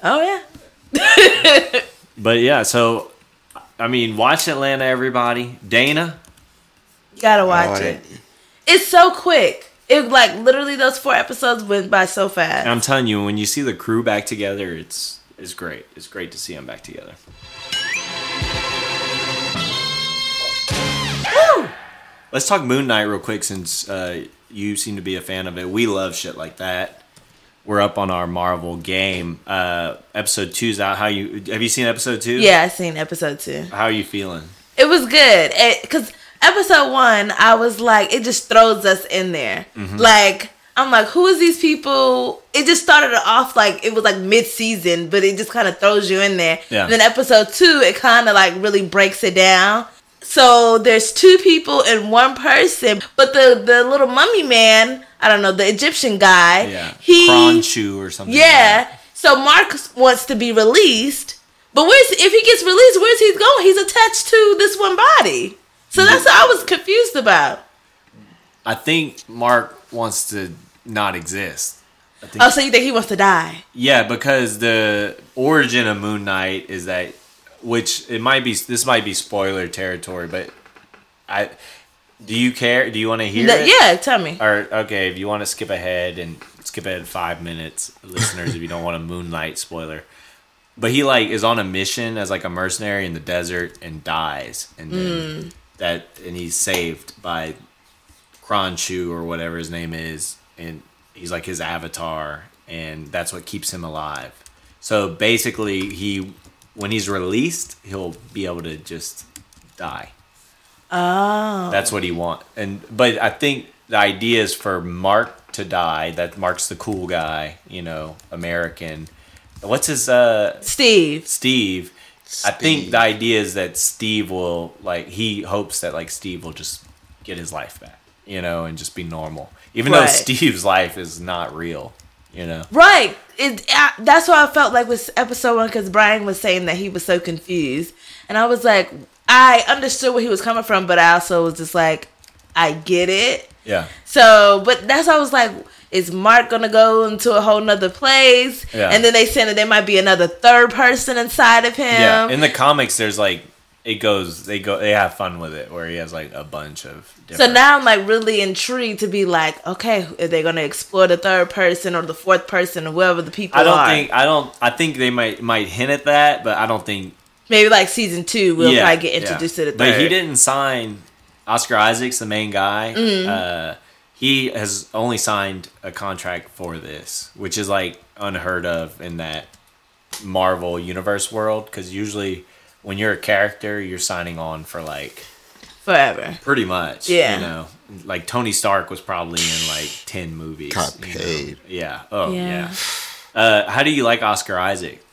oh yeah, but yeah, so I mean, watch Atlanta, everybody. Dana, you gotta watch Got it. it. It's so quick. It like literally those four episodes went by so fast. I'm telling you, when you see the crew back together, it's it's great. It's great to see them back together. Woo! Let's talk Moon Knight real quick since uh, you seem to be a fan of it. We love shit like that. We're up on our Marvel game. Uh, episode two's out. How you have you seen episode two? Yeah, I seen episode two. How are you feeling? It was good because episode one, I was like, it just throws us in there. Mm-hmm. Like I'm like, who is these people? It just started off like it was like mid season, but it just kind of throws you in there. Yeah. And then episode two, it kind of like really breaks it down. So there's two people and one person, but the the little mummy man, I don't know, the Egyptian guy, Yeah, he Cronchu or something. like that. Yeah. So Mark wants to be released, but where's if he gets released, where's he going? He's attached to this one body. So that's what I was confused about. I think Mark wants to not exist. I think Oh, so you think he wants to die? Yeah, because the origin of Moon Knight is that, which it might be. This might be spoiler territory, but I. Do you care? Do you want to hear? No- it? yeah, tell me. Or okay, if you want to skip ahead and skip ahead five minutes, listeners, if you don't want a Moon Knight spoiler. But he like is on a mission as like a mercenary in the desert and dies, and then that and he's saved by Kronchu or whatever his name is, and he's like his avatar, and that's what keeps him alive. So basically, he when he's released, he'll be able to just die. Oh. That's what he want. And but I think the idea is for Mark to die. That Mark's the cool guy, you know, American. What's his uh Steve. Steve? I think Steve. the idea is that Steve will like he hopes that like Steve will just get his life back, you know, and just be normal. Even though Right. Steve's life is not real, you know. Right. It, I, that's what I felt like with episode one because Brian was saying that he was so confused. And I was like, I understood where he was coming from, but I also was just like, I get it. Yeah. So, but that's why I was like, is Mark gonna go into a whole nother place? Yeah. And then they said that there might be another third person inside of him. Yeah, in the comics, there's like it goes. They go. They have fun with it, where he has like a bunch of. so Different, now I'm like really intrigued to be like, okay, are they gonna explore the third person or the fourth person or whoever the people I don't are? think. I don't. I think they might might hint at that, but I don't think. Maybe like season two, we'll yeah, probably get yeah. introduced to the third. But he didn't sign Oscar Isaac's the main guy. Mm-hmm. Uh, he has only signed a contract for this, which is like unheard of in that Marvel universe world. Because usually, when you're a character, you're signing on for like forever. Pretty much. Yeah. You know, like Tony Stark was probably in like 10 movies. Got you know? paid. Yeah. Oh, Yeah. yeah. Uh, how do you like Oscar Isaac?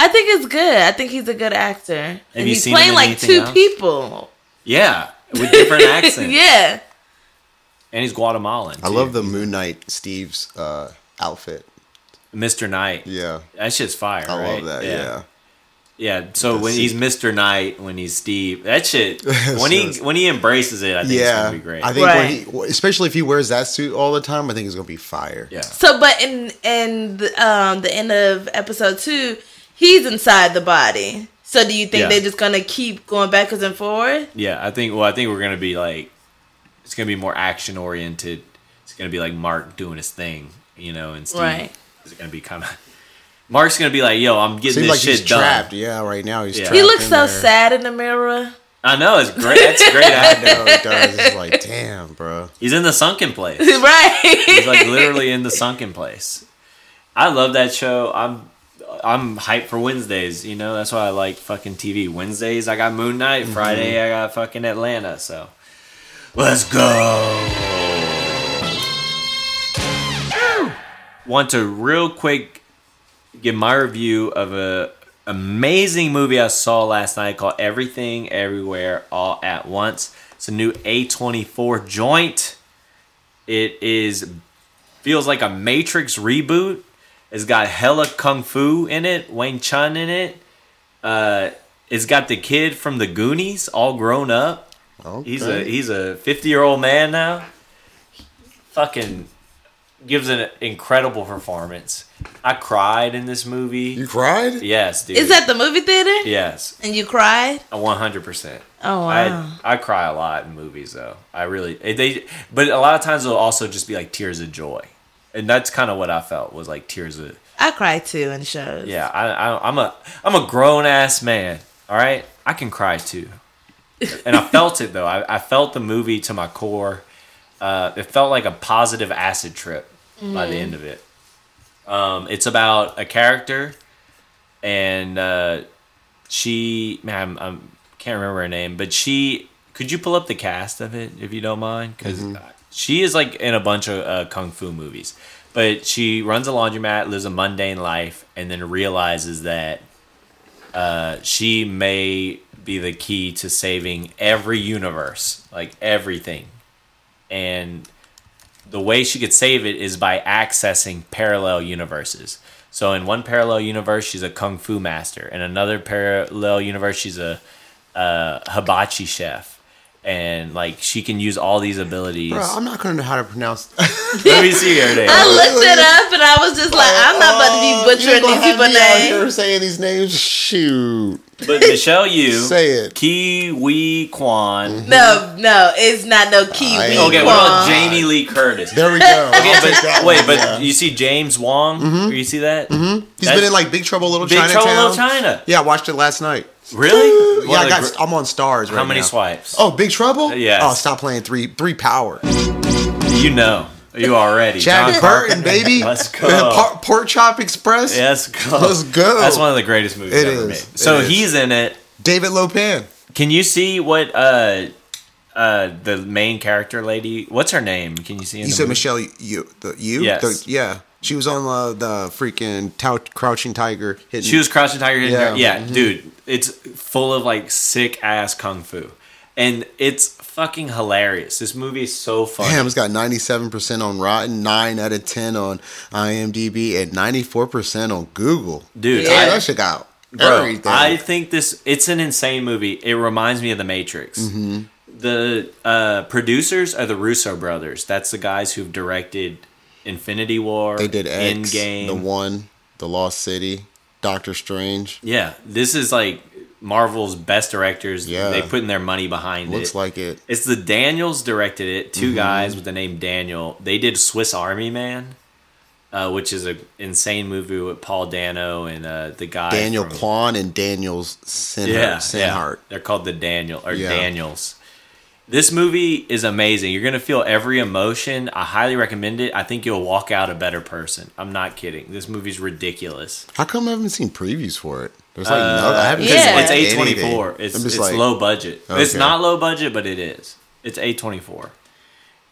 I think it's good. I think he's a good actor. and you he's seen him playing in like anything two else? people. Yeah. With different accents. yeah. And he's Guatemalan. I too. love the Moon Knight Steve's uh, outfit. Mr. Knight. Yeah, That shit's fire. I right? love that. Yeah. Yeah. So when see. he's Mr. Knight, when he's Steve, that shit, when he Yes. when he embraces it, I think it's yeah. going to be great. I think when Right. he, w- especially if he wears that suit all the time, I think it's gonna be fire. yeah. So, but in in the, um the end of episode two, he's inside the body. So, do you think Yeah. they're just gonna keep going backwards and forward? Yeah, I think. Well, I think we're gonna be like, it's gonna be more action oriented. It's gonna be like Mark doing his thing, you know, and Steve Right. is gonna be kind of. Mark's gonna be like, "Yo, I'm getting Seems this like shit he's done." trapped. Yeah, right now he's Yeah. trapped. He looks in so there. sad in the mirror. I know it's great. That's great. I acting. know he does. It's like, damn, bro. He's in the sunken place. right. He's like literally in the sunken place. I love that show. I'm I'm hyped for Wednesdays. You know, that's why I like fucking TV. Wednesdays I got Moon Knight. Friday I got fucking Atlanta. So let's go. Want to real quick give my review of a amazing movie I saw last night called Everything Everywhere All at Once. It's a new A24 joint. It is feels like a Matrix reboot. It's got hella kung fu in it, Wang Chun in it. Uh, it's got the kid from the Goonies, all grown up. Okay. He's a he's a fifty year old man now. Fucking gives an incredible performance. I cried in this movie. you cried. Yes, dude. Is that the movie theater? yes? And you cried? One hundred percent. Oh wow. I I cry a lot in movies though. I really eh, they but a lot of times it'll also just be like tears of joy, and that's kind of what I felt was like tears of I, cry too in shows. yeah. I, I I'm a I'm a grown ass man. All right, I can cry too, and I felt it though. I, I felt the movie to my core. Uh, it felt like a positive acid trip by Mm-hmm. the end of it. Um, it's about a character, and uh, she man, I'm, I'm can't remember her name, but she could you pull up the cast of it if you don't mind because she is like in a bunch of uh, kung fu movies, but she runs a laundromat, lives a mundane life, and then realizes that uh, she may be the key to saving every universe, like everything, and the way she could save it is by accessing parallel universes. So in one parallel universe, she's a kung fu master. In another parallel universe, she's a uh, hibachi chef, and like she can use all these abilities. Bro, I'm not gonna know how to pronounce. Let me see her name. I looked it up and I was just like, I'm not about to be You're butchering gonna these have people's me out names. here saying these names. Shoot. But Michelle Yu, Say it. Mm-hmm. Kiwi Kwan. No, no, it's not no kiwi. I ain't Okay, Okay, what about Jamie Lee Curtis? There we go. Okay, I'll take that but wait, one, but yeah. you see James Wong? You see that? Mm-hmm. he's been in like Big Trouble in Little Big Chinatown. Trouble in Little China. Yeah, I watched it last night. Really? yeah, One I of the got. gr- I'm on stars. How right many now. swipes? Oh, Big Trouble. Yes. Oh, stop playing three. Three power. You know. You already. Jack John Parker. Burton, baby. Let's go. Por- Pork Chop Express. Let's go. Let's go. That's one of the greatest movies It ever is. made. It So is. he's in it. David Lopan. Can you see what uh uh the main character lady? What's her name? Can you see? In You the said movie? Michelle, you, the, you, Yes. The- yeah. She was on uh, the freaking Tau- Crouching Tiger. Hidden. She was crouching tiger, hidden Yeah. Mm-hmm. Dragon. Yeah, dude, it's full of like sick ass kung fu, and it's fucking hilarious. This movie is so funny. Damn, it's got 97% on Rotten, 9 out of 10 on IMDb, and 94% on Google. Dude, Yeah. I, I- that shit got Bro, everything. I think this it's an insane movie. It reminds me of The Matrix. Mm-hmm. The uh, producers are the Russo brothers. That's the guys who've directed Infinity War. they did X, Endgame. The One, The Lost City, Doctor Strange. Yeah, this is like Marvel's best directors. Yeah. they putting their money behind it. Looks like it. Mm-hmm. It's the Daniels directed it. 2 guys with the name Daniel. They did Swiss Army Man, uh, which is a insane movie with Paul Dano and uh, the guy Daniel from- Kwan and Daniel's Sinhart. yeah, yeah. Sinhart. They're called the Daniel or Yeah. Daniels. This movie is amazing. You're gonna feel every emotion. I highly recommend it. I think you'll walk out a better person. I'm not kidding. This movie's ridiculous. How come I haven't seen previews for it? There's like no. I haven't Because seen Yeah. Uh, it's anything. eight twenty four. It's I'm it's just like, low budget. It's Okay. not low budget, but it is. It's eight twenty four.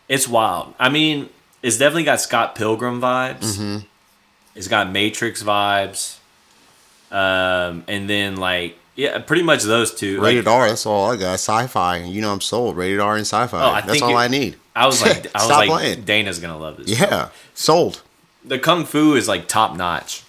It's wild. I mean, it's definitely got Scott Pilgrim vibes. Mm-hmm. It's got Matrix vibes. Um, and then like yeah, pretty much those two. Like, Rated R. That's all I got. Sci-fi. You know I'm sold. Rated R and sci-fi. Oh, I that's think all you- I need. I was like, I was Stop like, playing. Dana's gonna love this. Yeah, sold. The kung fu is like top notch,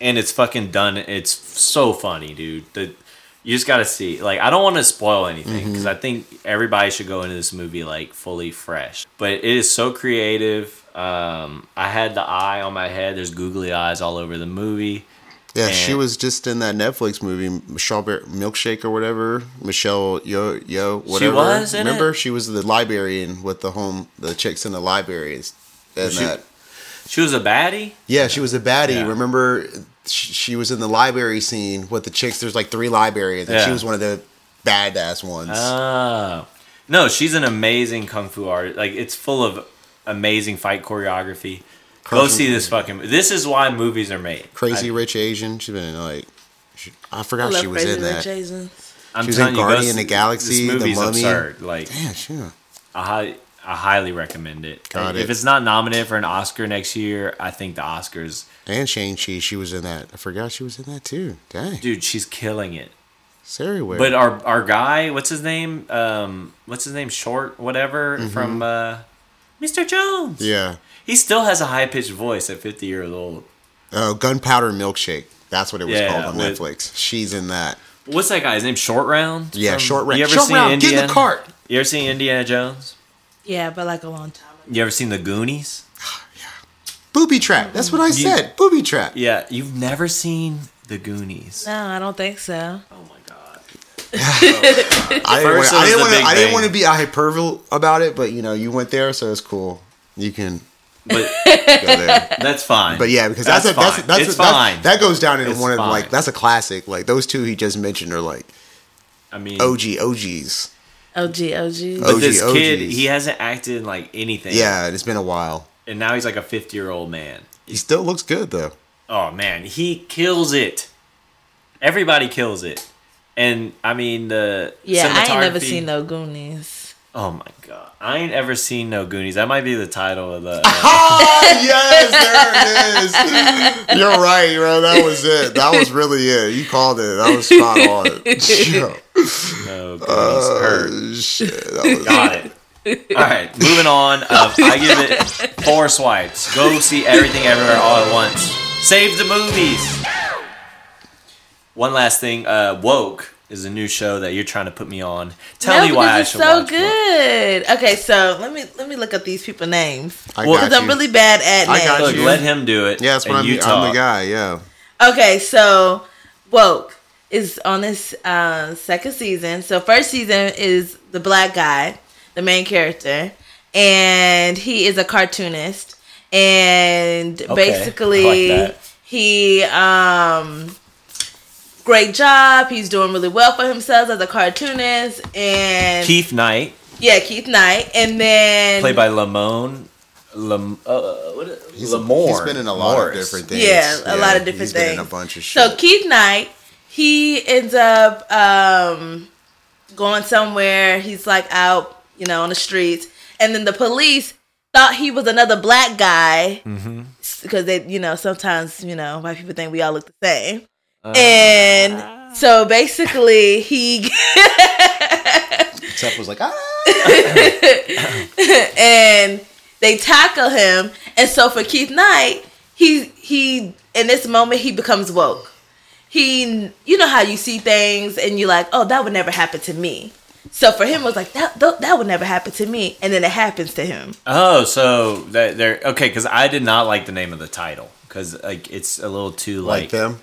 and it's fucking done. It's so funny, dude. The you just gotta see. Like, I don't want to spoil anything Mm-hmm. because I think everybody should go into this movie like fully fresh. But it is so creative. Um, I had the eye on my head. There's googly eyes all over the movie. Yeah, she And- was just in that Netflix movie, Strawberry Milkshake or whatever. Michelle Yo Yo whatever. was in it? Remember, she was the librarian with the home, the chicks in the libraries. And she- that, She was a baddie. yeah, she was a baddie. Yeah. Remember, she, she was in the library scene with the chicks. There's like three librarians, and she Yeah. was one of the badass ones. Oh. No, she's an amazing kung fu artist. Like it's full of amazing fight choreography. Go Crazy- see this fucking. This is why movies are made. Crazy Rich Asian. She's been in, like, she, I I forgot love she was Crazy in Rich that. Asians. I, am she was in telling you, go Guardian of see- the Galaxy, The This movie's Mummy. absurd. Like Yeah, sure. I, hi- I highly recommend it. Got if it. it's not nominated for an Oscar next year, I think the Oscars. And Shane Chi, she was in that. I forgot she was in that too. Dang. Dude, she's killing it. Seriware. But uh, our our guy, what's his name? Um, what's his name? Short, whatever, from uh, Mr. Jones. Mm-hmm. yeah. He still has a high pitched voice at 50 years old. Oh, Gunpowder Milkshake. That's what it was Yeah, called on with- Netflix. She's in that. What's that guy's name? Short Round. Yeah, Short Round. You ever Short seen Round, get in the Indiana? cart. You ever seen Indiana Jones? Yeah, but like a long time ago. You ever seen The Goonies? Booby Trap. That's what I said. Booby Trap. Yeah, you've never seen The Goonies. No, I don't think so. Oh my god. I didn't First wanna- I it was didn't the want to. Big I didn't Bang. want to be a hyperbole about it, but you know, you went there, so it's cool. You can But go there. that's fine. But yeah, because that's that's a, that's fine. that's, it's a- that's- fine. that goes down in It's one of fine. like that's a classic. Like those two he just mentioned are like I mean, OG OGs. OG, OG. but OG, this kid, OGs. he hasn't acted in like anything. Yeah, and it's been a while. and now he's like a 50 year old man. He still looks good though. Oh man, he kills it. Everybody kills it. And I mean the Yeah, I ain't never cinematography- seen no Goonies. Oh my god, I ain't ever seen no Goonies. That might be the title of the. Ah, yes, there it is. You're right, bro. That was it. That was really it. You called it. That was spot on. Yo, no Goonies. Her. shit, that was- Got it. All right, moving on. Oh, Uh, I give it four swipes. Go see everything everywhere all at once. Save the movies. One last thing. Uh, Woke is a new show that you're trying to put me on. Tell no, me why because I it's should so watch Woke. good. Okay, so let me let me look up these people names I Well, got because I'm you. really bad at I names. got Look, you. let him do it. Yeah, that's what and I'm. you I'm talk. the guy. Yeah. Okay, so woke is on this uh, second season. So first season is the black guy, the main character, and he is a cartoonist, and basically I like that. he um great job. He's doing really well for himself as a cartoonist, and Keith Knight, yeah, Keith Knight, and then played by Lamone Lam- uh, what is, He's, Lamore. he's been in a lot Morris. of different things. Yeah, a lot of different he's things. Been in a bunch of shit. So Keith Knight, he ends up um, going somewhere. He's like out, you know, on the streets, and then the police thought he was another black guy Mm-hmm. because they, you know, sometimes you know white people think we all look the same, Uh-huh. and so basically he. Seth was like, ah. and they tackle him. And so for Keith Knight, he he in this moment he becomes woke. He you know how you see things and you're like, oh, that would never happen to me. So for him, it was like that that, that would never happen to me, and then it happens to him. Oh, so that they're okay because I did not like the name of the title because like it's a little too like, like, them.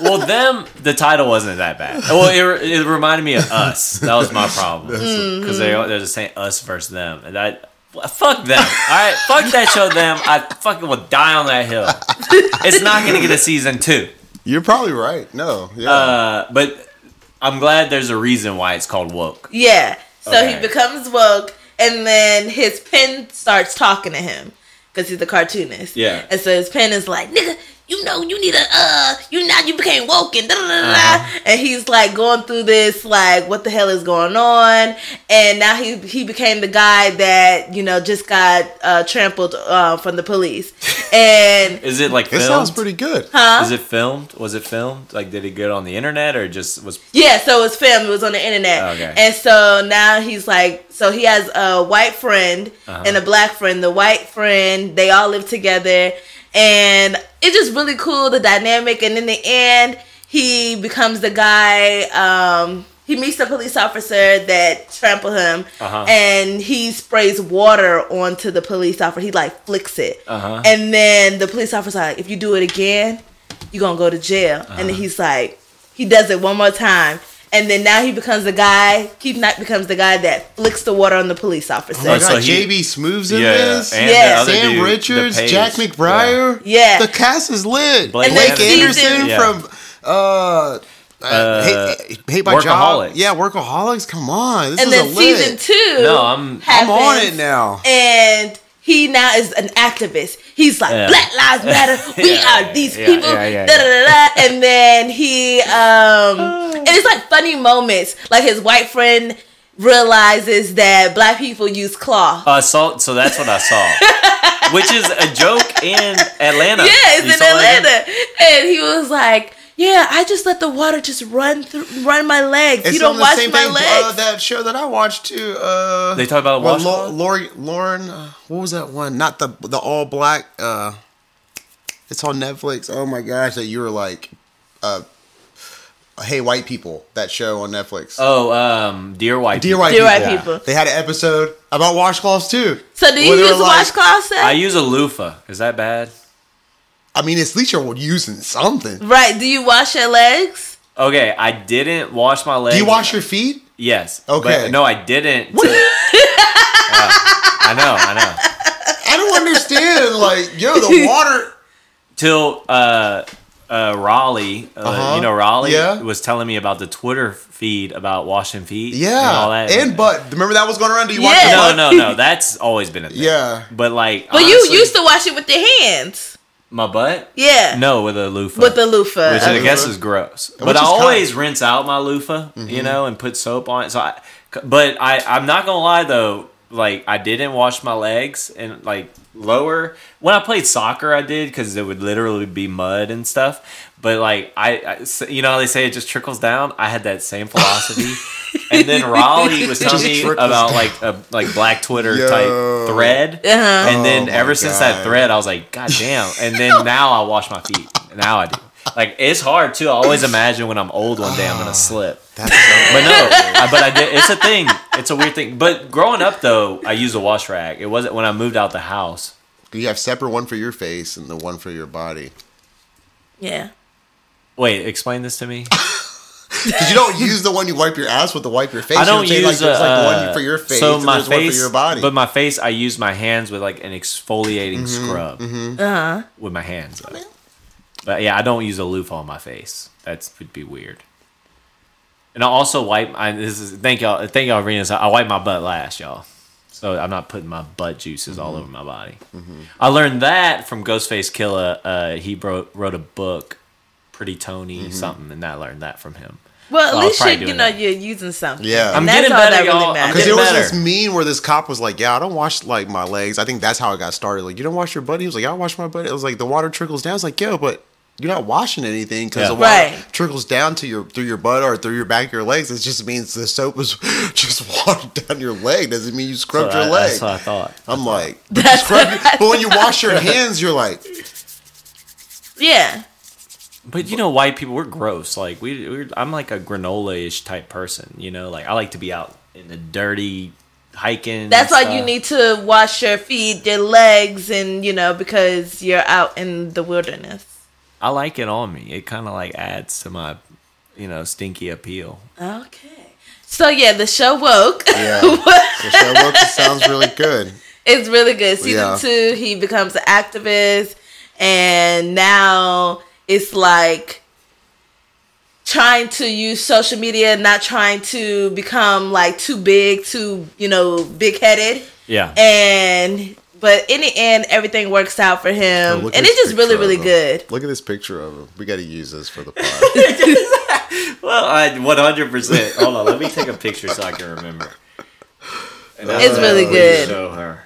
well them the title wasn't that bad. Well, it, re- it reminded me of us. That was my problem because they they're just saying us versus them and I. well, Fuck them! All right, fuck that show. Them, I fucking will die on that hill. It's not gonna get a season two. You're probably right. No, yeah. Uh, but I'm glad there's a reason why it's called woke. Yeah. So Okay. he becomes woke, and then his pen starts talking to him because he's a cartoonist. Yeah. And so his pen is like, "Nigga, you know you need a uh, you now you became woke and da da da da." Uh-huh. And he's like going through this like, what the hell is going on? And now he he became the guy that you know just got uh, trampled uh, from the police. and Is it like it filmed? sounds pretty good. huh? Is it filmed? Was it filmed? Like, did it get on the internet or just was? Yeah, so it's film. It was on the internet, Oh, Okay. and so now he's like, so he has a white friend Uh-huh. and a black friend. The white friend, they all live together, and it's just really cool the dynamic. And in the end, he becomes the guy. Um, he meets the police officer that trampled him, Uh-huh. and he sprays water onto the police officer. He like flicks it, Uh-huh. and then the police officer's like, if you do it again, you're gonna go to jail. And Uh-huh. then he's like, he does it one more time. And then now he becomes the guy, Keith Knight becomes the guy that flicks the water on the police officer. Oh my so God, he- JB Smooth's in Yeah, this. and the Yes. other Sam dude, Richards, the Page. Jack McBrayer. Yeah. The cast is lit. Blake Blake, And they season- Anderson Yeah. from uh, uh, Hate, Hate My Job. Workaholics. Yeah, Workaholics. Come on. This and is then a lit. season two No, I'm- I'm happens, on it now. And he now is an activist. He's like, Yeah. Black Lives Matter. We Yeah, are these yeah, people. yeah, yeah, da, da, da, da. And then he um and it's like funny moments. Like his white friend realizes that black people use cloth. Uh, so, so that's what I saw, which is a joke in Atlanta. Yeah, it's You in saw that? Atlanta. And he was like, "Yeah, I just let the water just run through, run my legs. It's you don't on the wash same my thing, Uh, legs." that show that I watched too. Uh, They talk about well, washcloth? Lo- Lori, Lauren. Uh, what was that one? Not the the all black. Uh, it's on Netflix. Oh my gosh, that you were like, uh, hey white people. That show on Netflix. Oh, um, dear white. Dear People. white Dear people. White People. They had an episode about washcloths too. so do you Where they were use like- washcloths? Seth? I use a loofah. Is that bad? I mean, it's at least you're using something. right? Do you wash your legs? Okay, I didn't wash my legs. Do you wash your feet? Yes. Okay. But no, I didn't. Yeah, I know. I know. I don't understand. like, yo, the water. Till uh, uh, Raleigh, uh, Uh-huh. you know Raleigh, Yeah. was telling me about the Twitter feed about washing feet. and all Yeah, that. and, butt. Remember that was going around. Do you wash Yeah. your No, butt? no, no. That's always been a thing. Yeah. But like, But honestly, you used to wash it with your hands. my butt. Yeah. No, with a loofah. With the loofah. which I Okay. guess is gross. But Uh, Which I is Mm-hmm. always rinse out my loofah, you know, and put soap on it. So I, but I, I'm not gonna lie though. Like I didn't wash my legs and like lower when I played soccer, I did because it would literally be mud and stuff. But like I, I- you know, how they say it just trickles down. I had that same philosophy. and then Raleigh was telling just me trickles about down. like a like black Twitter Yo. type thread. Uh-huh. And then Oh my ever since that God. thread, I was like, God damn. And then now I wash my feet. Now I do. Like it's hard too. I always imagine when I'm old one day I'm Oh. gonna slip. That's so- But no, I, but I did. It's a thing. It's a weird thing. But growing up though, I used a wash rag. It wasn't when I moved out the house. you have separate one for your face and the one for your body. yeah. Wait, explain this to me. Because you don't use the one you wipe your ass with to wipe your face. I You know what don't I'm saying? use like there's like uh, one for your face So and my there's face, one for your body. but my face, I use my hands with like an exfoliating Mm-hmm, scrub Uh huh. with my hands. But yeah, I don't use a loofah on my face. That would be weird. And I also wipe. I, this is thank y'all. Thank y'all for reading this. I wipe my butt last, y'all. So I'm not putting my butt juices all Mm-hmm. over my body. I learned that from Ghostface Killer. Uh, he wrote wrote a book, Pretty Tony Mm-hmm. something, and I learned that from him. Well, at So I was least probably you, you doing know that. you're using something. Yeah. and I'm that's getting all better, that y'all. really Get Because matters. there was better. this meme where this cop was like, "Yeah, I don't wash like my legs." I think that's how I got started. Like, you don't wash your butt. He was like, "I wash my butt." It was like the water trickles down. It's like, "Yo, but you're not washing anything because Yeah. the water Right. trickles down to your through your butt or through your back of your legs. It just means the soap is just watered down your leg. Doesn't mean you scrubbed So your I- leg." That's what I thought. I'm like, but, you scrub your- but when you wash your hands, you're like, Yeah, But you know, white people we're gross. Like we, we're, I'm like a granola-ish type person. You know, like I like to be out in the dirty hiking. and that's why you stuff. need to wash your feet, your legs, and you know because you're out in the wilderness. I like it on me. It kind of like adds to my, you know, stinky appeal. Okay. So yeah, the show woke. "Yeah, the show works. It sounds really good." It's really good. Season Yeah. two, he becomes an activist, and now it's like trying to use social media, not trying to become like too big, too you know, big headed, Yeah. and but in the end, everything works out for Oh, him, look at Um, and this it's just picture really, of really him. good. Look at this picture of him. We got to use this for the pod. well, I 100. percent Hold on, let me take a picture so I can remember. And that's It's what really we good. Show her.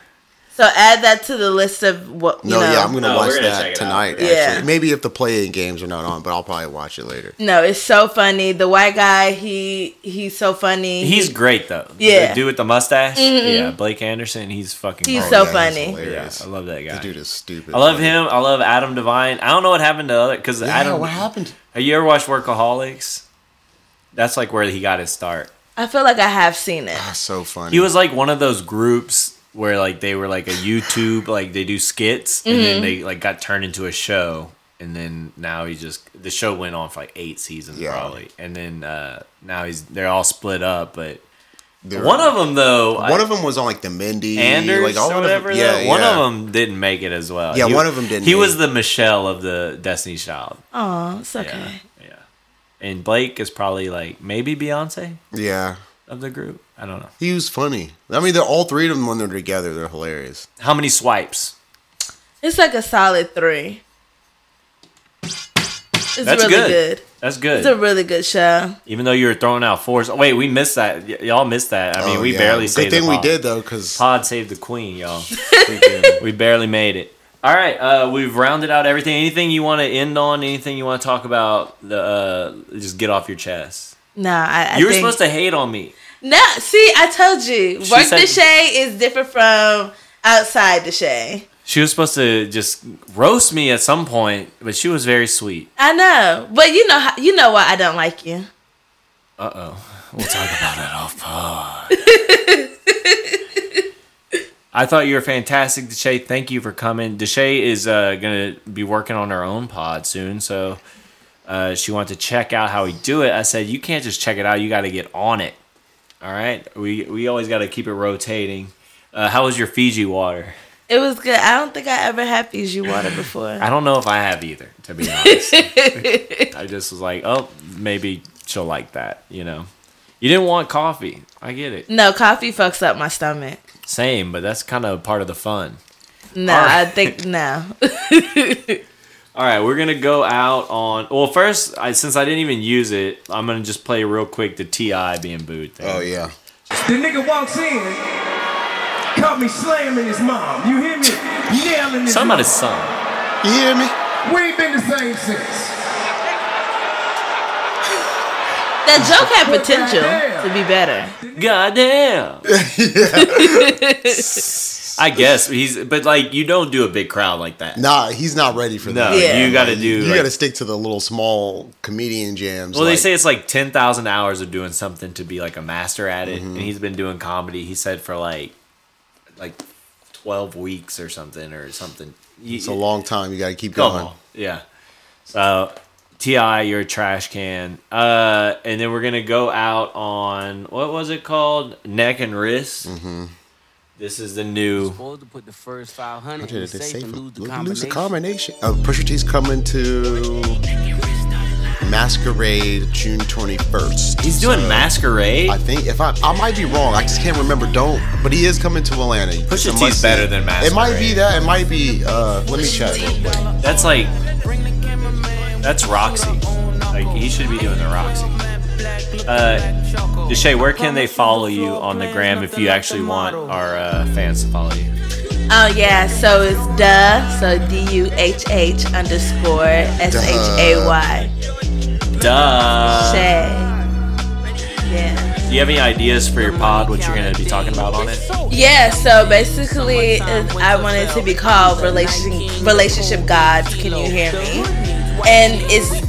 So add that to the list of what you No, know. yeah, I'm gonna No, watch we're gonna check that it out. tonight. Actually, Yeah. maybe if the play-in games are not on, but I'll probably watch it later. no, it's so funny. The white guy, he he's so funny. He's great though. Yeah. Mm-hmm. The dude with the mustache. Yeah, Blake Anderson. He's fucking. He's great. so Oh, yeah, funny. Yeah, hilarious. I love that The guy. dude is stupid. I love funny. him. I love Adam Devine. I don't know what happened to other because Yeah, Adam. what happened? Have you ever watched Workaholics? That's like where he got his start. I feel like I have seen it. That's so funny. He was like one of those groups where like they were like a YouTube, like they do skits, and Mm-hmm. then they like got turned into a show, and then now he just the show went on for like eight seasons Yeah. probably, and then uh now he's they're all split up, but They were- one of them though, one of them was on like the Mindy, Anders like all or whatever. Of, yeah, though, one yeah. of them didn't make it as well. Yeah, one of 'em didn't He make was it. the Michelle of the Destiny's Child. Oh, it's okay. Yeah, yeah. And Blake is probably like maybe Beyonce Yeah, of the group. I don't know he was funny. I mean, they're all three of them when they're together, they're hilarious. how many swipes. It's like a solid three. It's That's really good. good. That's good. It's a really good show. Even though you were throwing out fours. Oh, wait, we missed that. Y- y'all missed that. I mean, Oh, we yeah. barely Good saved thing the we pod. did though, because Pod saved the queen, y'all. we barely made it. All right, uh, we've rounded out everything. Anything you want to end on? Anything you want to talk about? The uh, just get off your chest. Nah, I, I you were think- supposed to hate on me. No, see, I told you. She Work said- the shade is different from outside the shade. She was supposed to just roast me at some point, but she was very sweet. I know, but you know, how, you know why I don't like you. Uh oh, we'll talk about it off pod. I thought you were fantastic, Deshay. Thank you for coming. Deshay is uh, gonna be working on her own pod soon, so uh, she wanted to check out how we do it. I said you can't just check it out; you got to get on it. All right, we we always got to keep it rotating. Uh, how was your Fiji water? It was good. I don't think I ever had Fiji water before. I don't know if I have either, to be honest. I just was like, oh, maybe she'll like that. You know, you didn't want coffee. I get it. No, coffee fucks up my stomach. Same, but that's kind of part of the fun. No, I Alright. think no. All right, we're gonna go out on. Well, first, I, since I didn't even use it, I'm gonna just play real quick the Ti being booed thing. oh yeah, The nigga walks in, caught me slamming his mom. You hear me? Yelling his Something about his son. you hear me? mom. We ain't been the same since. that joke had potential to be better. Goddamn. I guess he's, but like you don't do a big crowd like that. Nah, he's not ready for No, that. Yeah. you got to do. You like- got to stick to the little small comedian jams. Well, they like- say it's like ten thousand hours of doing something to be like a master at Mm-hmm. it, and he's been doing comedy. He said for like, like twelve weeks or something or something. You- it's a long time. You got to keep come going. on. yeah. So Ti, you're a trash can. Uh, and then we're gonna go out on what was it called? Neck and wrist. Mm-hmm. This is the new. Supposed to put the first 500 Did in it safe say and for- lose the lose the combination. combination. Uh, Pusha T's coming to. Masquerade June 21st. He's doing So, Masquerade. I think if I I might be wrong. I just can't remember. Don't. But he is coming to Atlanta. Pusha It's a T's must-see. better than It might be Masquerade. that. It might be. Uh, let me check. real quick. That's like that's Roxy. Like he should be doing the Roxy. Uh, Deshay, where can they follow you on the gram if you actually want our uh, fans to follow you? Oh yeah, so it's duh, so D U H H underscore S H A Y. Duh. Shay. Yeah. Do you have any ideas for your pod? What you're gonna be talking about on it? Yeah, so basically, it- I wanted to be called relationship relationship gods. Can you hear me? And it's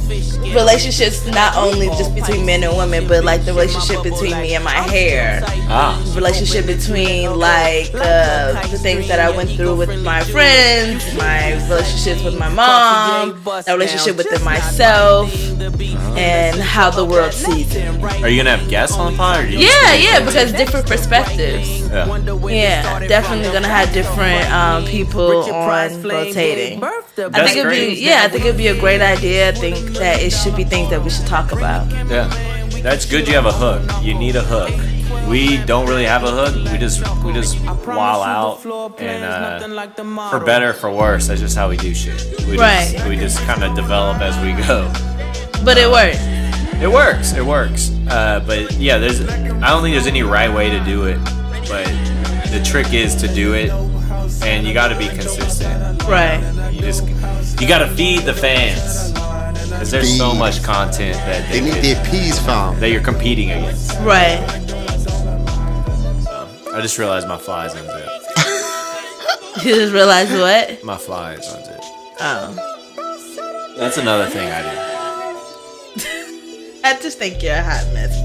relationships not only just between men and women, but like the relationship between me and my hair, Ah, relationship between like uh, the things that I went through with my friends, my relationships with my mom, the relationship within myself, and how the world sees it. are you gonna have guests on the pod? Or do you Yeah, yeah, because different perspectives. Yeah. Yeah, definitely gonna have different um, people on rotating. I That's think it'd great. be yeah, I think it'd be a great idea. I think that it should be things that we should talk about. Yeah. That's good. You have a hook. You need a hook. We don't really have a hook. We just we just wall out and uh, for better or for worse. That's just how we do shit. We Just, Right. we just kind of develop as we go. But it worked. It works. It works. Uh, but yeah, there's. I don't think there's any right way to do it. But the trick is to do it, and you got to be consistent. Right. You just you got to feed the fans because there's so Feed. much content that They they, need their peas found. that you're competing against. Um, Right. I just realized my flies unzipped. You just realized what? My flies unzipped. Oh. That's another thing I I just think you're a hot mess.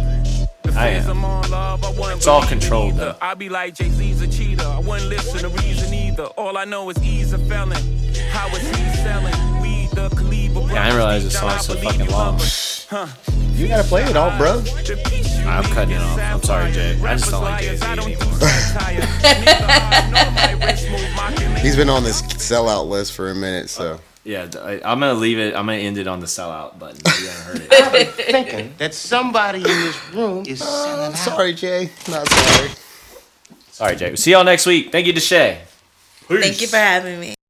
do. I am. It's It's all controlled though. I be like Jay Z's a cheater. I wouldn't listen to reason either. All I know is he's a felon. How is he selling? We the Kaliba. Yeah, I didn't realize this song's so fucking long. You gotta play it all, bro. I'm cutting it off. I'm sorry, Jay. I just don't like Jay Z anymore. He's been on this sellout list for a minute, so Yeah, I, I'm gonna leave it. I'm gonna end it on the sellout button. If you haven't heard it. thinking that somebody in this room is selling out. sorry, Jay. Not sorry. All right, Jay. See y'all next week. Thank you, Deshay. Thank you for having me.